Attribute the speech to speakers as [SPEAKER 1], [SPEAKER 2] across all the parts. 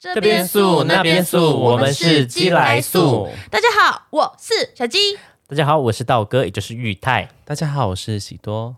[SPEAKER 1] 这
[SPEAKER 2] 这边素那边素，我们是鸡来素。。
[SPEAKER 1] 大家好，我是小鸡。
[SPEAKER 2] 大家好，我是道哥，也就是玉泰。
[SPEAKER 3] 大家好，我是喜多。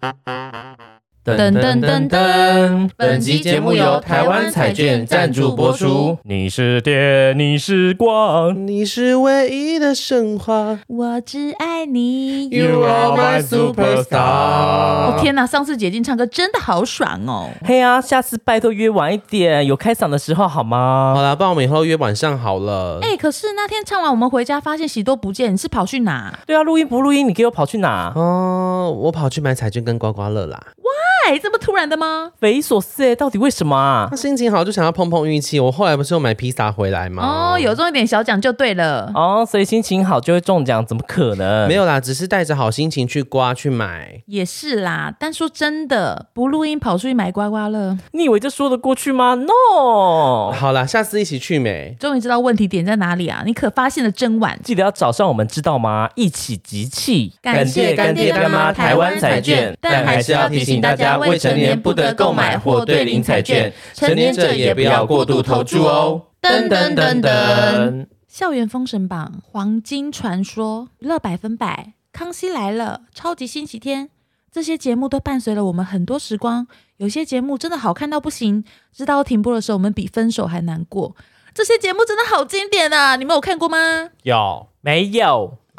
[SPEAKER 2] 噔
[SPEAKER 1] 噔噔噔噔
[SPEAKER 3] 本集节目由台湾彩券赞助播出。
[SPEAKER 2] 你是电，你是光，
[SPEAKER 3] 你是唯一的神话
[SPEAKER 1] 我只爱你。
[SPEAKER 3] ，You are my superstar。
[SPEAKER 1] 哦天哪！上次姐进唱歌真的好爽哦。
[SPEAKER 2] 嘿呀、下次拜托约晚一点，有开嗓的时候好
[SPEAKER 3] 好
[SPEAKER 2] 吗？
[SPEAKER 3] 啦，不然我们以后约晚上好了。
[SPEAKER 1] 哎、可是那天唱完，我们回家发现喜多不见，你是跑去哪？
[SPEAKER 2] 对啊，录音不录音，你给我跑去哪？
[SPEAKER 3] 哦，我跑去买彩券跟刮刮乐啦。
[SPEAKER 1] 哎，这么突然的吗？
[SPEAKER 2] 匪夷所思耶，到底为什么啊
[SPEAKER 3] 那？心情好就想要碰碰运气。我后来不是有买披萨回来吗？
[SPEAKER 1] 哦，有中一点小奖就对了。
[SPEAKER 2] 哦，所以心情好就会中奖，怎么可
[SPEAKER 1] 哦
[SPEAKER 2] 能？
[SPEAKER 3] 没有啦，只是带着好心情去刮去买。
[SPEAKER 1] 也是啦，但说真的，不录音跑出去买刮刮乐，
[SPEAKER 2] 你以为这说得过去吗？No，
[SPEAKER 1] 哦
[SPEAKER 3] 好啦，下次一起去没？
[SPEAKER 1] 终于知道问题点在哪里啊！你可发现了真晚。
[SPEAKER 2] 记得要找上我们，知道吗？一起集气。
[SPEAKER 1] 感谢干爹干妈台湾彩
[SPEAKER 3] 券
[SPEAKER 1] 但还是要提醒大家，未成年不得购买或兑领彩券，成年者也不要过度投注哦。噔噔噔噔，校园封神榜、黄金传说、娱乐百分百、康熙来了、超级星期天，这些节目都伴随了我们很多时光。有些节目真的好看到不行，直到停播的时候，我们比分手还难过。这些节目真的好经典啊！你们有看过吗？
[SPEAKER 3] 有。
[SPEAKER 2] 没有，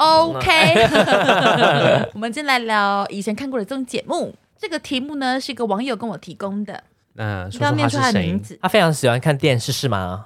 [SPEAKER 1] OK，我们今天来聊以前看过的综艺节目。这个题目呢是一个网友跟我提供的，
[SPEAKER 3] 那说
[SPEAKER 1] 要
[SPEAKER 3] 说
[SPEAKER 1] 念
[SPEAKER 3] 他
[SPEAKER 1] 出
[SPEAKER 3] 是
[SPEAKER 1] 他的
[SPEAKER 3] 谁
[SPEAKER 1] 名？字。嗯
[SPEAKER 2] 他非常喜欢看电视，是吗？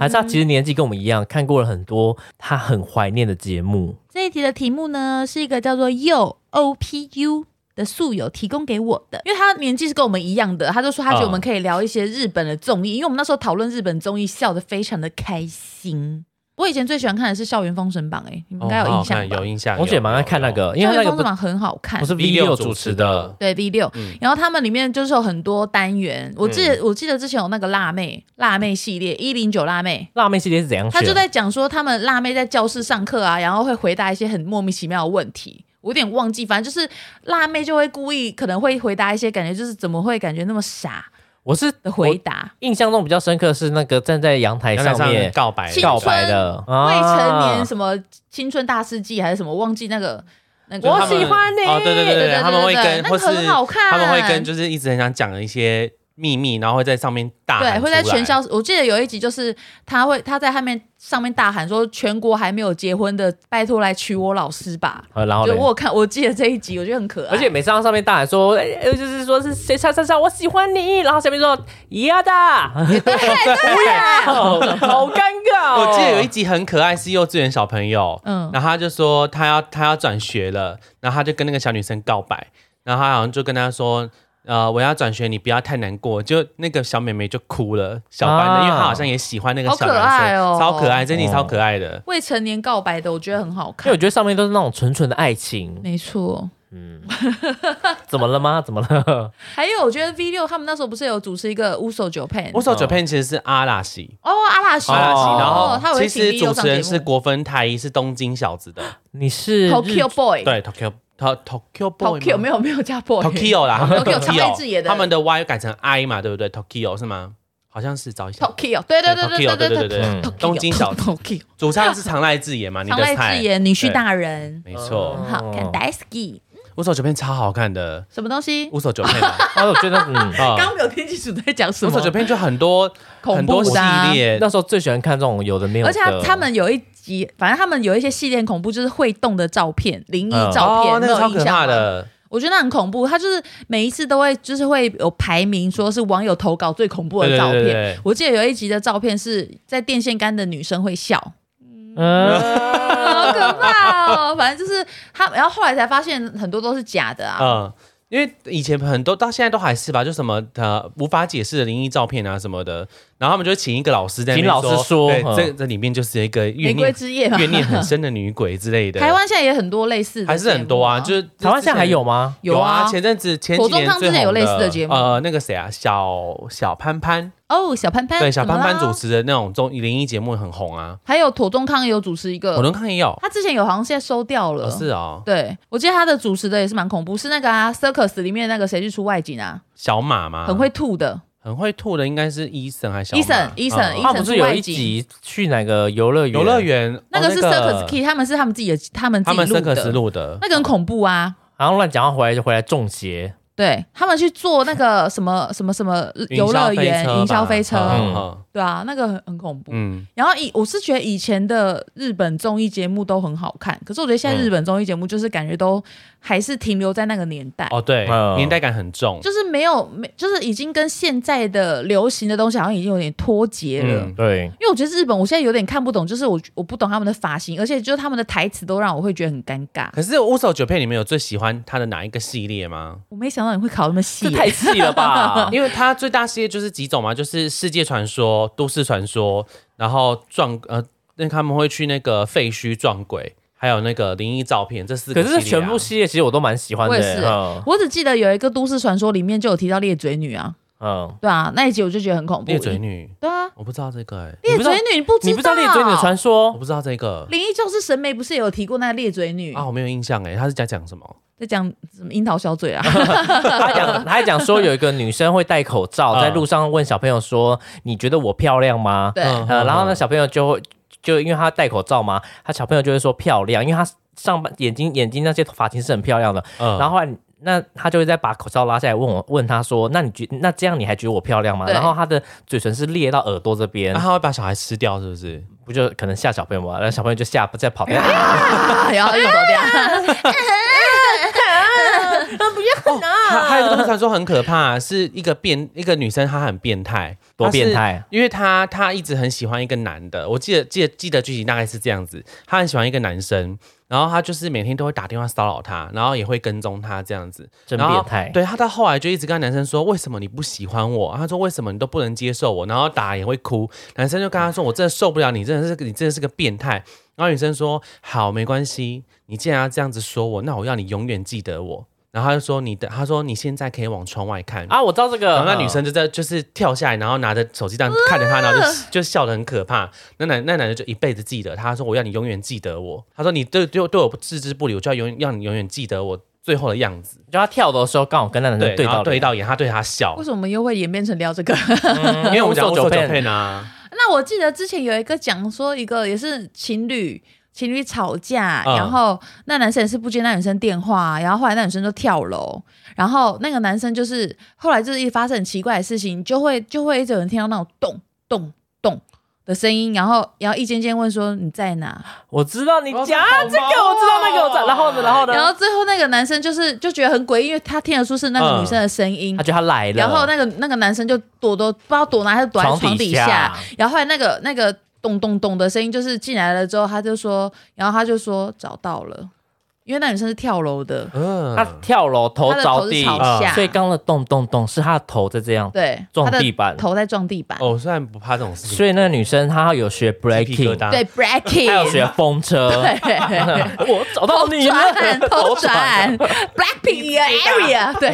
[SPEAKER 2] 还是他其实年纪跟我们一样，看过了很多他很怀念的节目。
[SPEAKER 1] 这一题的题目呢是一个叫做 Yo O P U 的宿友提供给我的，因为他年纪是跟我们一样的，他就说他觉
[SPEAKER 2] 啊
[SPEAKER 1] 得我们可以聊一些日本的综艺，因为我们那时候讨论日本综艺笑得非常的开心。我以前最喜欢看的是《校园封神榜》，哎，你们应该有印象
[SPEAKER 3] 哦好好看
[SPEAKER 1] 吧？
[SPEAKER 3] 有印象。
[SPEAKER 2] 我姐蛮爱看那
[SPEAKER 3] 有，有有
[SPEAKER 2] 个，因
[SPEAKER 1] 校
[SPEAKER 2] 为他
[SPEAKER 1] 园
[SPEAKER 2] 那
[SPEAKER 1] 封神
[SPEAKER 2] 个
[SPEAKER 1] 榜》很好看，
[SPEAKER 2] 不不是 V
[SPEAKER 3] V6
[SPEAKER 2] 六主持的，
[SPEAKER 1] 对 V 六、然后他们里面就是有很多单元。我记得、我记得之前有那个辣妹辣妹系列一零九辣妹，
[SPEAKER 2] 辣妹系哦列是啊怎样选？
[SPEAKER 1] 她就在讲说他们辣妹在教室上课啊，然后会回答一些很莫名其妙的问题。我有点忘记，反正就是辣妹就会故意可能会回答一些感觉就是怎么会感觉那么傻
[SPEAKER 2] 我是
[SPEAKER 1] 的回答，
[SPEAKER 2] 印象中比较深刻是那个站在阳台
[SPEAKER 3] 阳台
[SPEAKER 2] 上
[SPEAKER 3] 哎上
[SPEAKER 2] 面
[SPEAKER 3] 面告白
[SPEAKER 1] 青
[SPEAKER 2] 告
[SPEAKER 1] 春
[SPEAKER 2] 白的
[SPEAKER 1] 未成年
[SPEAKER 2] 啊
[SPEAKER 1] 什么青春大世纪还是什么，忘记那个那个。
[SPEAKER 2] 我喜欢你
[SPEAKER 3] 哦，对对
[SPEAKER 1] 对
[SPEAKER 3] 对
[SPEAKER 1] 对对
[SPEAKER 3] 他们会
[SPEAKER 1] 对
[SPEAKER 3] 跟
[SPEAKER 1] 那个
[SPEAKER 3] 或是
[SPEAKER 1] 很好看，
[SPEAKER 3] 他们会跟就是一直很想讲的一些秘密，然后会在上面大
[SPEAKER 1] 对，
[SPEAKER 3] 喊
[SPEAKER 1] 会在
[SPEAKER 3] 出来
[SPEAKER 1] 全校。我记得有一集就是他会他在下面上面大喊说：“全国还没有结婚的，拜托来娶我老师吧！”
[SPEAKER 2] 呃
[SPEAKER 3] 哦
[SPEAKER 2] 然后
[SPEAKER 1] 就
[SPEAKER 2] 嘞
[SPEAKER 1] 我有看，我记得这一集，我觉得很可爱。
[SPEAKER 2] 而且每次上上面大喊说，哎呃就是说是谁唱唱唱，我喜欢你，然后下面说一样的，不要，好 尴尬哦。
[SPEAKER 3] 我记得有一集很可爱，是幼稚园小朋友，
[SPEAKER 1] 嗯
[SPEAKER 3] 嗯，然后他就说他要他要转学了，然后他就跟那个小女生告白，然后他好像就跟她说。呃，我要转学，你不要太难过。就那个小妹妹就哭了，小班的，
[SPEAKER 2] 啊
[SPEAKER 3] 因为她好像也喜欢那个小
[SPEAKER 1] 好
[SPEAKER 3] 男
[SPEAKER 1] 可爱
[SPEAKER 3] 生，
[SPEAKER 1] 哦
[SPEAKER 3] 超可爱，这集超可爱的。
[SPEAKER 1] 未成年告白的，我觉得很好
[SPEAKER 2] 因为
[SPEAKER 1] 看
[SPEAKER 2] 我。觉得上面都是那种纯纯的爱情，
[SPEAKER 1] 没错，
[SPEAKER 2] 怎么了吗？怎么了？
[SPEAKER 1] 还有我觉得 V 六他们那时候不是有主持一个乌手九配
[SPEAKER 3] 我手九片其实是阿拉西，
[SPEAKER 1] 哦阿拉西，
[SPEAKER 3] 阿拉西，然
[SPEAKER 1] 哦他
[SPEAKER 3] 后
[SPEAKER 1] 有
[SPEAKER 3] 其
[SPEAKER 1] 一集
[SPEAKER 3] 实
[SPEAKER 1] V
[SPEAKER 3] 主
[SPEAKER 1] 六上
[SPEAKER 3] 持
[SPEAKER 1] 节
[SPEAKER 3] 人是
[SPEAKER 1] 目
[SPEAKER 3] 国分太一，是东京小子的，
[SPEAKER 2] 你是日
[SPEAKER 1] Tokyo Boy，
[SPEAKER 3] 对，Tokyo Tokyo Boy
[SPEAKER 1] ，Tokyo
[SPEAKER 3] 吗
[SPEAKER 1] 没有没有加 Boy。
[SPEAKER 3] Tokyo 啦
[SPEAKER 1] Tokyo 长濑智也的
[SPEAKER 3] 他们的 Y 改成 I 嘛，对不对？Tokyo 是吗？好像是找一下。
[SPEAKER 1] Tokyo，对对对对
[SPEAKER 3] Tokyo，
[SPEAKER 1] 对对
[SPEAKER 3] 对
[SPEAKER 1] 对
[SPEAKER 3] 对对
[SPEAKER 2] 嗯
[SPEAKER 3] 对，东京小
[SPEAKER 1] Tokyo，
[SPEAKER 3] 主唱是长濑智也嘛？你
[SPEAKER 1] 长
[SPEAKER 3] 的
[SPEAKER 1] 濑
[SPEAKER 3] 菜
[SPEAKER 1] 智，也女婿
[SPEAKER 3] 对
[SPEAKER 1] 大人，
[SPEAKER 3] 没错。
[SPEAKER 1] 很好看
[SPEAKER 2] 哦
[SPEAKER 1] d a i s k y
[SPEAKER 3] 五手九片超好看的，
[SPEAKER 1] 什么东西？
[SPEAKER 3] 五手九片嘛
[SPEAKER 2] 啊，我觉得嗯。
[SPEAKER 3] 啊，
[SPEAKER 1] 刚没有听清楚在讲什
[SPEAKER 3] 五
[SPEAKER 1] 么，
[SPEAKER 3] 手九片就很多
[SPEAKER 1] 恐
[SPEAKER 3] 很
[SPEAKER 1] 怖
[SPEAKER 3] 多
[SPEAKER 1] 的
[SPEAKER 3] 系
[SPEAKER 1] 啊、
[SPEAKER 3] 列，
[SPEAKER 2] 那时候最喜欢看这种有的没有的，
[SPEAKER 1] 而且他他们有一集，反正他们有一些系列很恐怖，就是会动的照片、灵异照片，
[SPEAKER 3] 哦，那个
[SPEAKER 1] 没有
[SPEAKER 3] 超
[SPEAKER 1] 印
[SPEAKER 3] 可
[SPEAKER 1] 象
[SPEAKER 3] 怕
[SPEAKER 1] 吗。
[SPEAKER 3] 的。
[SPEAKER 1] 我觉得那很恐怖，他就是每一次都会就是会有排名，说是网友投稿最恐怖的
[SPEAKER 3] 对对
[SPEAKER 1] 照片。
[SPEAKER 3] 对对
[SPEAKER 1] 我记得有一集的照片是在电线杆的女生会 笑，
[SPEAKER 2] 嗯，
[SPEAKER 1] 好可怕哦！反正就是他，然后后来才发现很多都是假的啊。
[SPEAKER 3] 嗯，呃因为以前很多到现在都还是吧，就什么呃无法解释的灵异照片啊什么的，然后他们就请一个老师在那
[SPEAKER 2] 请
[SPEAKER 3] 边
[SPEAKER 2] 老师
[SPEAKER 3] 说，
[SPEAKER 2] 说
[SPEAKER 3] 对，
[SPEAKER 2] 嗯
[SPEAKER 3] 这这里面就是一个
[SPEAKER 1] 玫
[SPEAKER 3] 怨
[SPEAKER 1] 瑰
[SPEAKER 3] 念
[SPEAKER 1] 之夜嘛，
[SPEAKER 3] 怨念很深的女鬼之类的。
[SPEAKER 1] 台湾现在也很多类似的节目，
[SPEAKER 3] 还是很多啊，就是
[SPEAKER 2] 台湾现在还有吗？
[SPEAKER 1] 有
[SPEAKER 3] 啊
[SPEAKER 1] 啊，，
[SPEAKER 3] 前阵子前
[SPEAKER 1] 火
[SPEAKER 3] 几
[SPEAKER 1] 中
[SPEAKER 3] 年
[SPEAKER 1] 汤
[SPEAKER 3] 最
[SPEAKER 1] 之前有
[SPEAKER 3] 红
[SPEAKER 1] 类似的节目
[SPEAKER 3] 呃，那个谁啊，小小潘潘，
[SPEAKER 1] 哦，小潘潘
[SPEAKER 3] 对，小
[SPEAKER 1] 怎么啊
[SPEAKER 3] 潘潘
[SPEAKER 1] 啦
[SPEAKER 3] 主持的那种综灵异节目很红啊，
[SPEAKER 1] 还有妥中康也有主持一
[SPEAKER 3] 火
[SPEAKER 1] 个，
[SPEAKER 3] 中看也有，
[SPEAKER 1] 他之前有好像现在收掉了，
[SPEAKER 3] 哦是哦，
[SPEAKER 1] 对，我记得他的主持的也是蛮恐怖，是那个啊，Circus 里面那个谁去出外景啊，
[SPEAKER 3] 小马嘛，
[SPEAKER 1] 很会吐的，
[SPEAKER 3] 很会吐的应该是医生还是小
[SPEAKER 1] Eason，
[SPEAKER 3] 马
[SPEAKER 1] Eason，
[SPEAKER 3] 嗯
[SPEAKER 1] 医
[SPEAKER 2] 他
[SPEAKER 1] 生
[SPEAKER 2] 哦不是
[SPEAKER 1] 出
[SPEAKER 2] 有
[SPEAKER 1] 外
[SPEAKER 2] 一
[SPEAKER 1] 景
[SPEAKER 2] 集去哪个游乐园？
[SPEAKER 3] 游乐园
[SPEAKER 1] 那个是
[SPEAKER 3] 哦
[SPEAKER 1] Circus Key，他们是他们自己的，他们自
[SPEAKER 3] 他
[SPEAKER 1] 己
[SPEAKER 3] 们
[SPEAKER 1] 录
[SPEAKER 3] circus
[SPEAKER 1] 的，
[SPEAKER 3] 录的，
[SPEAKER 1] 那个很恐怖啊。
[SPEAKER 2] 然后乱讲话回来就回来中邪，
[SPEAKER 1] 对他们去做那个什么什么什么游乐园营销飞车，
[SPEAKER 2] 嗯
[SPEAKER 1] 对啊，那个很很恐怖。
[SPEAKER 3] 嗯，
[SPEAKER 1] 然后以我是觉得以前的日本综艺节目都很好看，可是我觉得
[SPEAKER 2] 嗯
[SPEAKER 1] 现在日本综艺节目就是感觉都还是停留在那个年代，
[SPEAKER 3] 哦对，
[SPEAKER 2] 嗯
[SPEAKER 3] 年代感很重，
[SPEAKER 1] 就是没有没就是已经跟现在的流行的东西好像已经有点脱节了。
[SPEAKER 3] 嗯
[SPEAKER 2] 对，
[SPEAKER 1] 因为我觉得日本，我现在有点看不懂，就是我我不懂他们的发型，而且就是他们的台词都让我会觉得很尴尬。
[SPEAKER 3] 可是《乌手九配》里面有最喜欢他的哪一个系列吗？？
[SPEAKER 1] 我没想到你会考那么细
[SPEAKER 2] 这
[SPEAKER 1] 耶、
[SPEAKER 2] 太细了吧
[SPEAKER 1] 哦
[SPEAKER 3] 因为它最大系列就是几种嘛，就是世界传说、都市传说，然后撞呃，那他们会去那个废墟撞鬼，还有那个灵异照片，这四 个、
[SPEAKER 2] 可是全部
[SPEAKER 3] 系啊
[SPEAKER 2] 系列其实我都蛮喜欢的、
[SPEAKER 1] 我也是
[SPEAKER 2] 嗯
[SPEAKER 1] 我只记得有一个都市传说里面就有提到裂嘴女啊，
[SPEAKER 2] 嗯，
[SPEAKER 1] 对啊，那一集我就觉得很恐怖。
[SPEAKER 3] 列嘴，女，
[SPEAKER 1] 对啊，
[SPEAKER 3] 我不知道这个哎、
[SPEAKER 1] 裂
[SPEAKER 2] 不知道
[SPEAKER 1] 嘴女你不知道？啊
[SPEAKER 2] 你不知道猎嘴女的传
[SPEAKER 3] 我
[SPEAKER 2] 说？
[SPEAKER 3] 不知道这个哎
[SPEAKER 1] 灵异教师神媒不是也有提过那个裂嘴女
[SPEAKER 3] 啊，我没有印象哎、他是在讲什么？
[SPEAKER 1] 在讲什么樱桃小嘴 啊？
[SPEAKER 2] 他讲他 还讲说有一个女生会戴口罩，
[SPEAKER 3] 嗯
[SPEAKER 2] 在路上问小朋友说：“你觉得我漂亮吗？”
[SPEAKER 1] 对，
[SPEAKER 3] 嗯
[SPEAKER 2] 呃，然后呢，小朋友就会就因为他戴口罩嘛，他小朋友就会说漂亮，因为他上半眼睛眼睛那些发型是很漂亮的。
[SPEAKER 3] 嗯
[SPEAKER 2] 然后后来那他就会再把口罩拉下来问我，问他说：“那你觉那这样你还觉得我漂亮吗？”
[SPEAKER 1] 对
[SPEAKER 2] 然后他的嘴唇是裂到耳朵这边
[SPEAKER 3] 那、，啊他会把小孩吃掉是不是？
[SPEAKER 2] 不就可能吓小朋友嘛？然后小朋友就吓不再跑哎
[SPEAKER 3] 哎
[SPEAKER 2] 掉。
[SPEAKER 1] 啊然后又走掉。
[SPEAKER 3] 还还有一个传说很可怕，是一个变一个女生，她很变态，
[SPEAKER 2] 多变态
[SPEAKER 3] 她是因为她她一直很喜欢一个男的，我记得记得记得剧情大概是这样子，她很喜欢一个男生，然后她就是每天都会打电话骚扰他，然后也会跟踪他这样子，
[SPEAKER 2] 真
[SPEAKER 3] 然后
[SPEAKER 2] 变态
[SPEAKER 3] 对她到后来就一直跟男生说，为什么你不喜欢我？她说为什么你都不能接受我？然后打也会哭，男生就跟她说，我真的受不了你，真的是你真的是个变态。然后女生说：“好，没关系，你既然要这样子说我，那我要你永远记得我。”然后他就说：“你的，他说你现在可以往窗外看。
[SPEAKER 2] 啊，我知道这个。
[SPEAKER 3] 然后哦那女生就在就是跳下来，然后拿着手机这样看着他，然后就 就笑得很可怕。那男那男的就一辈子记得，他说我要你永远记得我。他说你对对对我置之不理，我就要永远让你永远记得我最后的样子。
[SPEAKER 2] 呃就他跳的时候刚好跟那男
[SPEAKER 3] 对
[SPEAKER 2] 生，
[SPEAKER 3] 然
[SPEAKER 2] 到
[SPEAKER 3] 后对
[SPEAKER 2] 对，
[SPEAKER 3] 到眼，他对他笑
[SPEAKER 1] 为，什么我们又会演变成聊这 个？
[SPEAKER 2] 嗯
[SPEAKER 3] 因为我们讲
[SPEAKER 2] 乌手
[SPEAKER 3] 乌手
[SPEAKER 2] 九
[SPEAKER 3] 九
[SPEAKER 2] 片
[SPEAKER 3] 片啊，
[SPEAKER 1] 那我记得之前有一个讲说，一个也是情侣。情侣吵架，
[SPEAKER 3] 嗯
[SPEAKER 1] 然后那男生也是不接那女生电话，啊然后后来那女生就跳楼，然后那个男生就是后来就是一发生很奇怪的事情，就会就会一直有人听到那种咚咚咚的声音，然后然后一间间问说你在哪，
[SPEAKER 2] 我知道你
[SPEAKER 3] 哦
[SPEAKER 2] 讲
[SPEAKER 3] 好
[SPEAKER 2] 啊
[SPEAKER 3] 毛
[SPEAKER 2] 这个，我知道那个，我知道。然后呢，然后呢，
[SPEAKER 1] 然后最后那个男生就是就觉得很诡异，因为他听得出是那个女生的声音
[SPEAKER 2] 嗯他，觉得他来了，
[SPEAKER 1] 然后那个那个男生就躲躲不知道躲哪，他就躲在床底下，然后后来那个那个咚咚咚的声音就是进来了之后，他就说，然后他就说找到了，因为那女生是跳楼的，
[SPEAKER 3] 嗯，
[SPEAKER 2] 他跳楼头
[SPEAKER 1] 他的头
[SPEAKER 2] 着
[SPEAKER 1] 是
[SPEAKER 2] 地，
[SPEAKER 1] 朝
[SPEAKER 2] 啊
[SPEAKER 1] 下
[SPEAKER 2] 所以刚刚的咚咚咚是他的头在这样
[SPEAKER 1] 对，
[SPEAKER 2] 撞
[SPEAKER 1] 他的
[SPEAKER 2] 地板。
[SPEAKER 1] 头在撞地板，
[SPEAKER 3] 哦，虽然不怕这种事情，
[SPEAKER 2] 所以那个女生她有学
[SPEAKER 3] 鸡皮疙
[SPEAKER 2] breaking，
[SPEAKER 3] 瘩，
[SPEAKER 1] 对
[SPEAKER 2] 她有
[SPEAKER 1] breaking，
[SPEAKER 2] 学风车。
[SPEAKER 1] 对。
[SPEAKER 2] 我找
[SPEAKER 1] 头
[SPEAKER 2] 到你了，
[SPEAKER 1] 转，头转，Blackpink area，对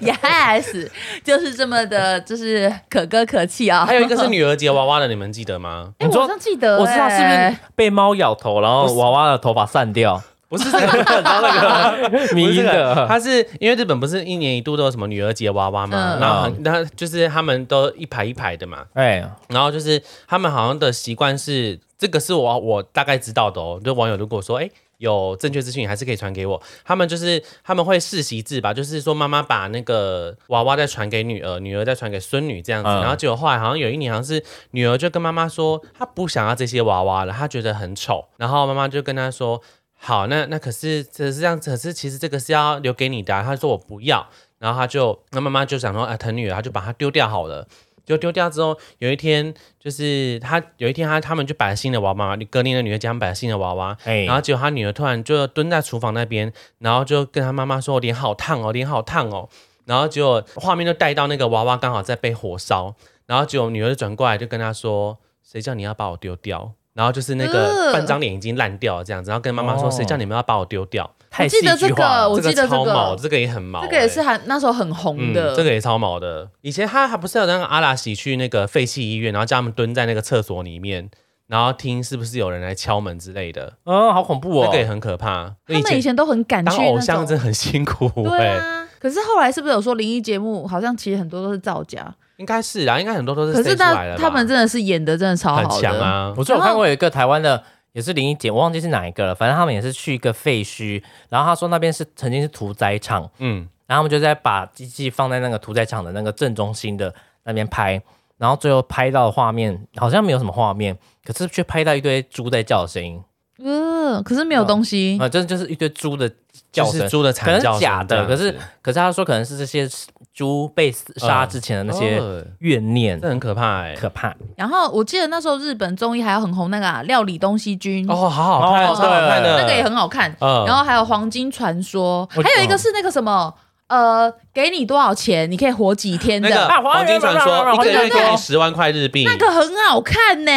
[SPEAKER 1] ，Yes，就是这么的，就是可歌可泣啊。
[SPEAKER 3] 还有一个是女儿节娃娃的，你们记得 吗？
[SPEAKER 1] 哎，
[SPEAKER 2] 你
[SPEAKER 1] 我
[SPEAKER 2] 说
[SPEAKER 1] 好像记得，哎
[SPEAKER 2] 我知道是不是？被猫咬头，然后娃娃的头发散掉，
[SPEAKER 3] 不是这个，然后那个。
[SPEAKER 2] 迷
[SPEAKER 3] 不是
[SPEAKER 2] 因
[SPEAKER 3] 这个，
[SPEAKER 2] 的。
[SPEAKER 3] 他是因为日本不是一年一度都有什么女儿节娃娃嘛，
[SPEAKER 1] 嗯
[SPEAKER 3] 然后很那就是他们都一排一排的嘛，
[SPEAKER 2] 哎，
[SPEAKER 3] 然后就是他们好像的习惯是，这个是我我大概知道的哦，就网友如果说哎。诶有正确资讯还是可以传给我。他们就是他们会世袭制吧，就是说妈妈把那个娃娃再传给女儿，女儿再传给孙女这样子。
[SPEAKER 2] 嗯
[SPEAKER 3] 然后结果后来好像有一年，好像是女儿就跟妈妈说，她不想要这些娃娃了，她觉得很丑。然后妈妈就跟她说，好，那那可是这是这样，可是其实这个是要留给你的、啊。他说我不要，然后他就那妈妈就想说啊，疼女儿，他就把它丢掉好了。就丢掉之后，有一天就是他有一天他他们就摆了新的娃娃，格林的女儿家他们摆了新的娃娃，
[SPEAKER 1] 嗯
[SPEAKER 2] 哎
[SPEAKER 3] 然后结果他女儿突然就蹲在厨房那边，然后就跟他妈妈说脸好烫哦，脸好烫哦。然后结果画面就带到那个娃娃刚好在被火烧，然后结果女儿就转过来就跟他说：“谁叫你要把我丢掉？”然后就是那个
[SPEAKER 1] 呃
[SPEAKER 3] 半张脸已经烂掉了这样子，然后跟妈妈说：“
[SPEAKER 2] 哦
[SPEAKER 3] 谁叫你们要把我丢掉
[SPEAKER 2] 太戏
[SPEAKER 1] 记得这
[SPEAKER 2] 剧化
[SPEAKER 1] 个？”
[SPEAKER 2] 了。
[SPEAKER 1] 我记得这
[SPEAKER 3] 超毛，
[SPEAKER 1] 个，
[SPEAKER 3] 这个也很毛欸，
[SPEAKER 1] 这个也是很那时候很红的，
[SPEAKER 3] 嗯，这个也超毛的。以前他还不是有那个阿拉西去那个废弃医院，然后叫他们蹲在那个厕所里面，然后听是不是有人来敲门之类的，
[SPEAKER 2] 嗯，好恐怖哦
[SPEAKER 3] 那个。也很可怕。
[SPEAKER 1] 他们以前都很敢去
[SPEAKER 3] 当
[SPEAKER 1] 那
[SPEAKER 3] 偶像
[SPEAKER 1] 种
[SPEAKER 3] 真的很辛苦、欸，
[SPEAKER 1] 对啊。可是后来是不是有说灵异节目好像其实很多都是造假？
[SPEAKER 3] 应该是啊，应该很多都是
[SPEAKER 1] 可是
[SPEAKER 3] stage 出来
[SPEAKER 1] 他
[SPEAKER 3] 的吧
[SPEAKER 1] 他们真的是演的真的超好
[SPEAKER 3] 很强
[SPEAKER 1] 的，
[SPEAKER 3] 啊。
[SPEAKER 2] 我就有看过有一个台湾的，也是灵异节，我忘记是哪一个了。反正他们也是去一个废墟，然后他说那边是曾经是屠宰场，
[SPEAKER 3] 嗯，
[SPEAKER 2] 然后他们就在把机器放在那个屠宰场的那个正中心的那边拍，然后最后拍到的画面好像没有什么画面，可是却拍到一堆猪在叫的声音，
[SPEAKER 1] 呃，可是
[SPEAKER 3] 嗯
[SPEAKER 1] 没有东西
[SPEAKER 2] 啊、，真的就是一堆猪的叫
[SPEAKER 3] 就是
[SPEAKER 2] 声。
[SPEAKER 3] 猪的惨
[SPEAKER 2] 可能
[SPEAKER 3] 叫声
[SPEAKER 2] 是假的
[SPEAKER 3] 这样子
[SPEAKER 2] 可是可是他说可能是这些猪被杀之前的那些
[SPEAKER 3] 哦
[SPEAKER 2] 怨念，
[SPEAKER 3] 这很可怕哎、
[SPEAKER 2] 可怕。
[SPEAKER 1] 然后我记得那时候日本综艺还有很红那个、啊《料理东西君》
[SPEAKER 3] 哦，好好看，
[SPEAKER 2] 哦
[SPEAKER 3] 超好看的，
[SPEAKER 1] 那个也很好看。
[SPEAKER 3] 嗯
[SPEAKER 1] 然后还有《黄金传说》，
[SPEAKER 2] 我
[SPEAKER 1] 还有一个是那个什么，呃，给你多少钱，你可以活几天
[SPEAKER 3] 那
[SPEAKER 1] 的，
[SPEAKER 3] 个
[SPEAKER 2] 啊
[SPEAKER 3] 黄金传
[SPEAKER 2] 黄
[SPEAKER 3] 说
[SPEAKER 2] 金
[SPEAKER 3] 一个月
[SPEAKER 1] 传说
[SPEAKER 3] 给你十万块日币，
[SPEAKER 1] 啊那个很好看呢、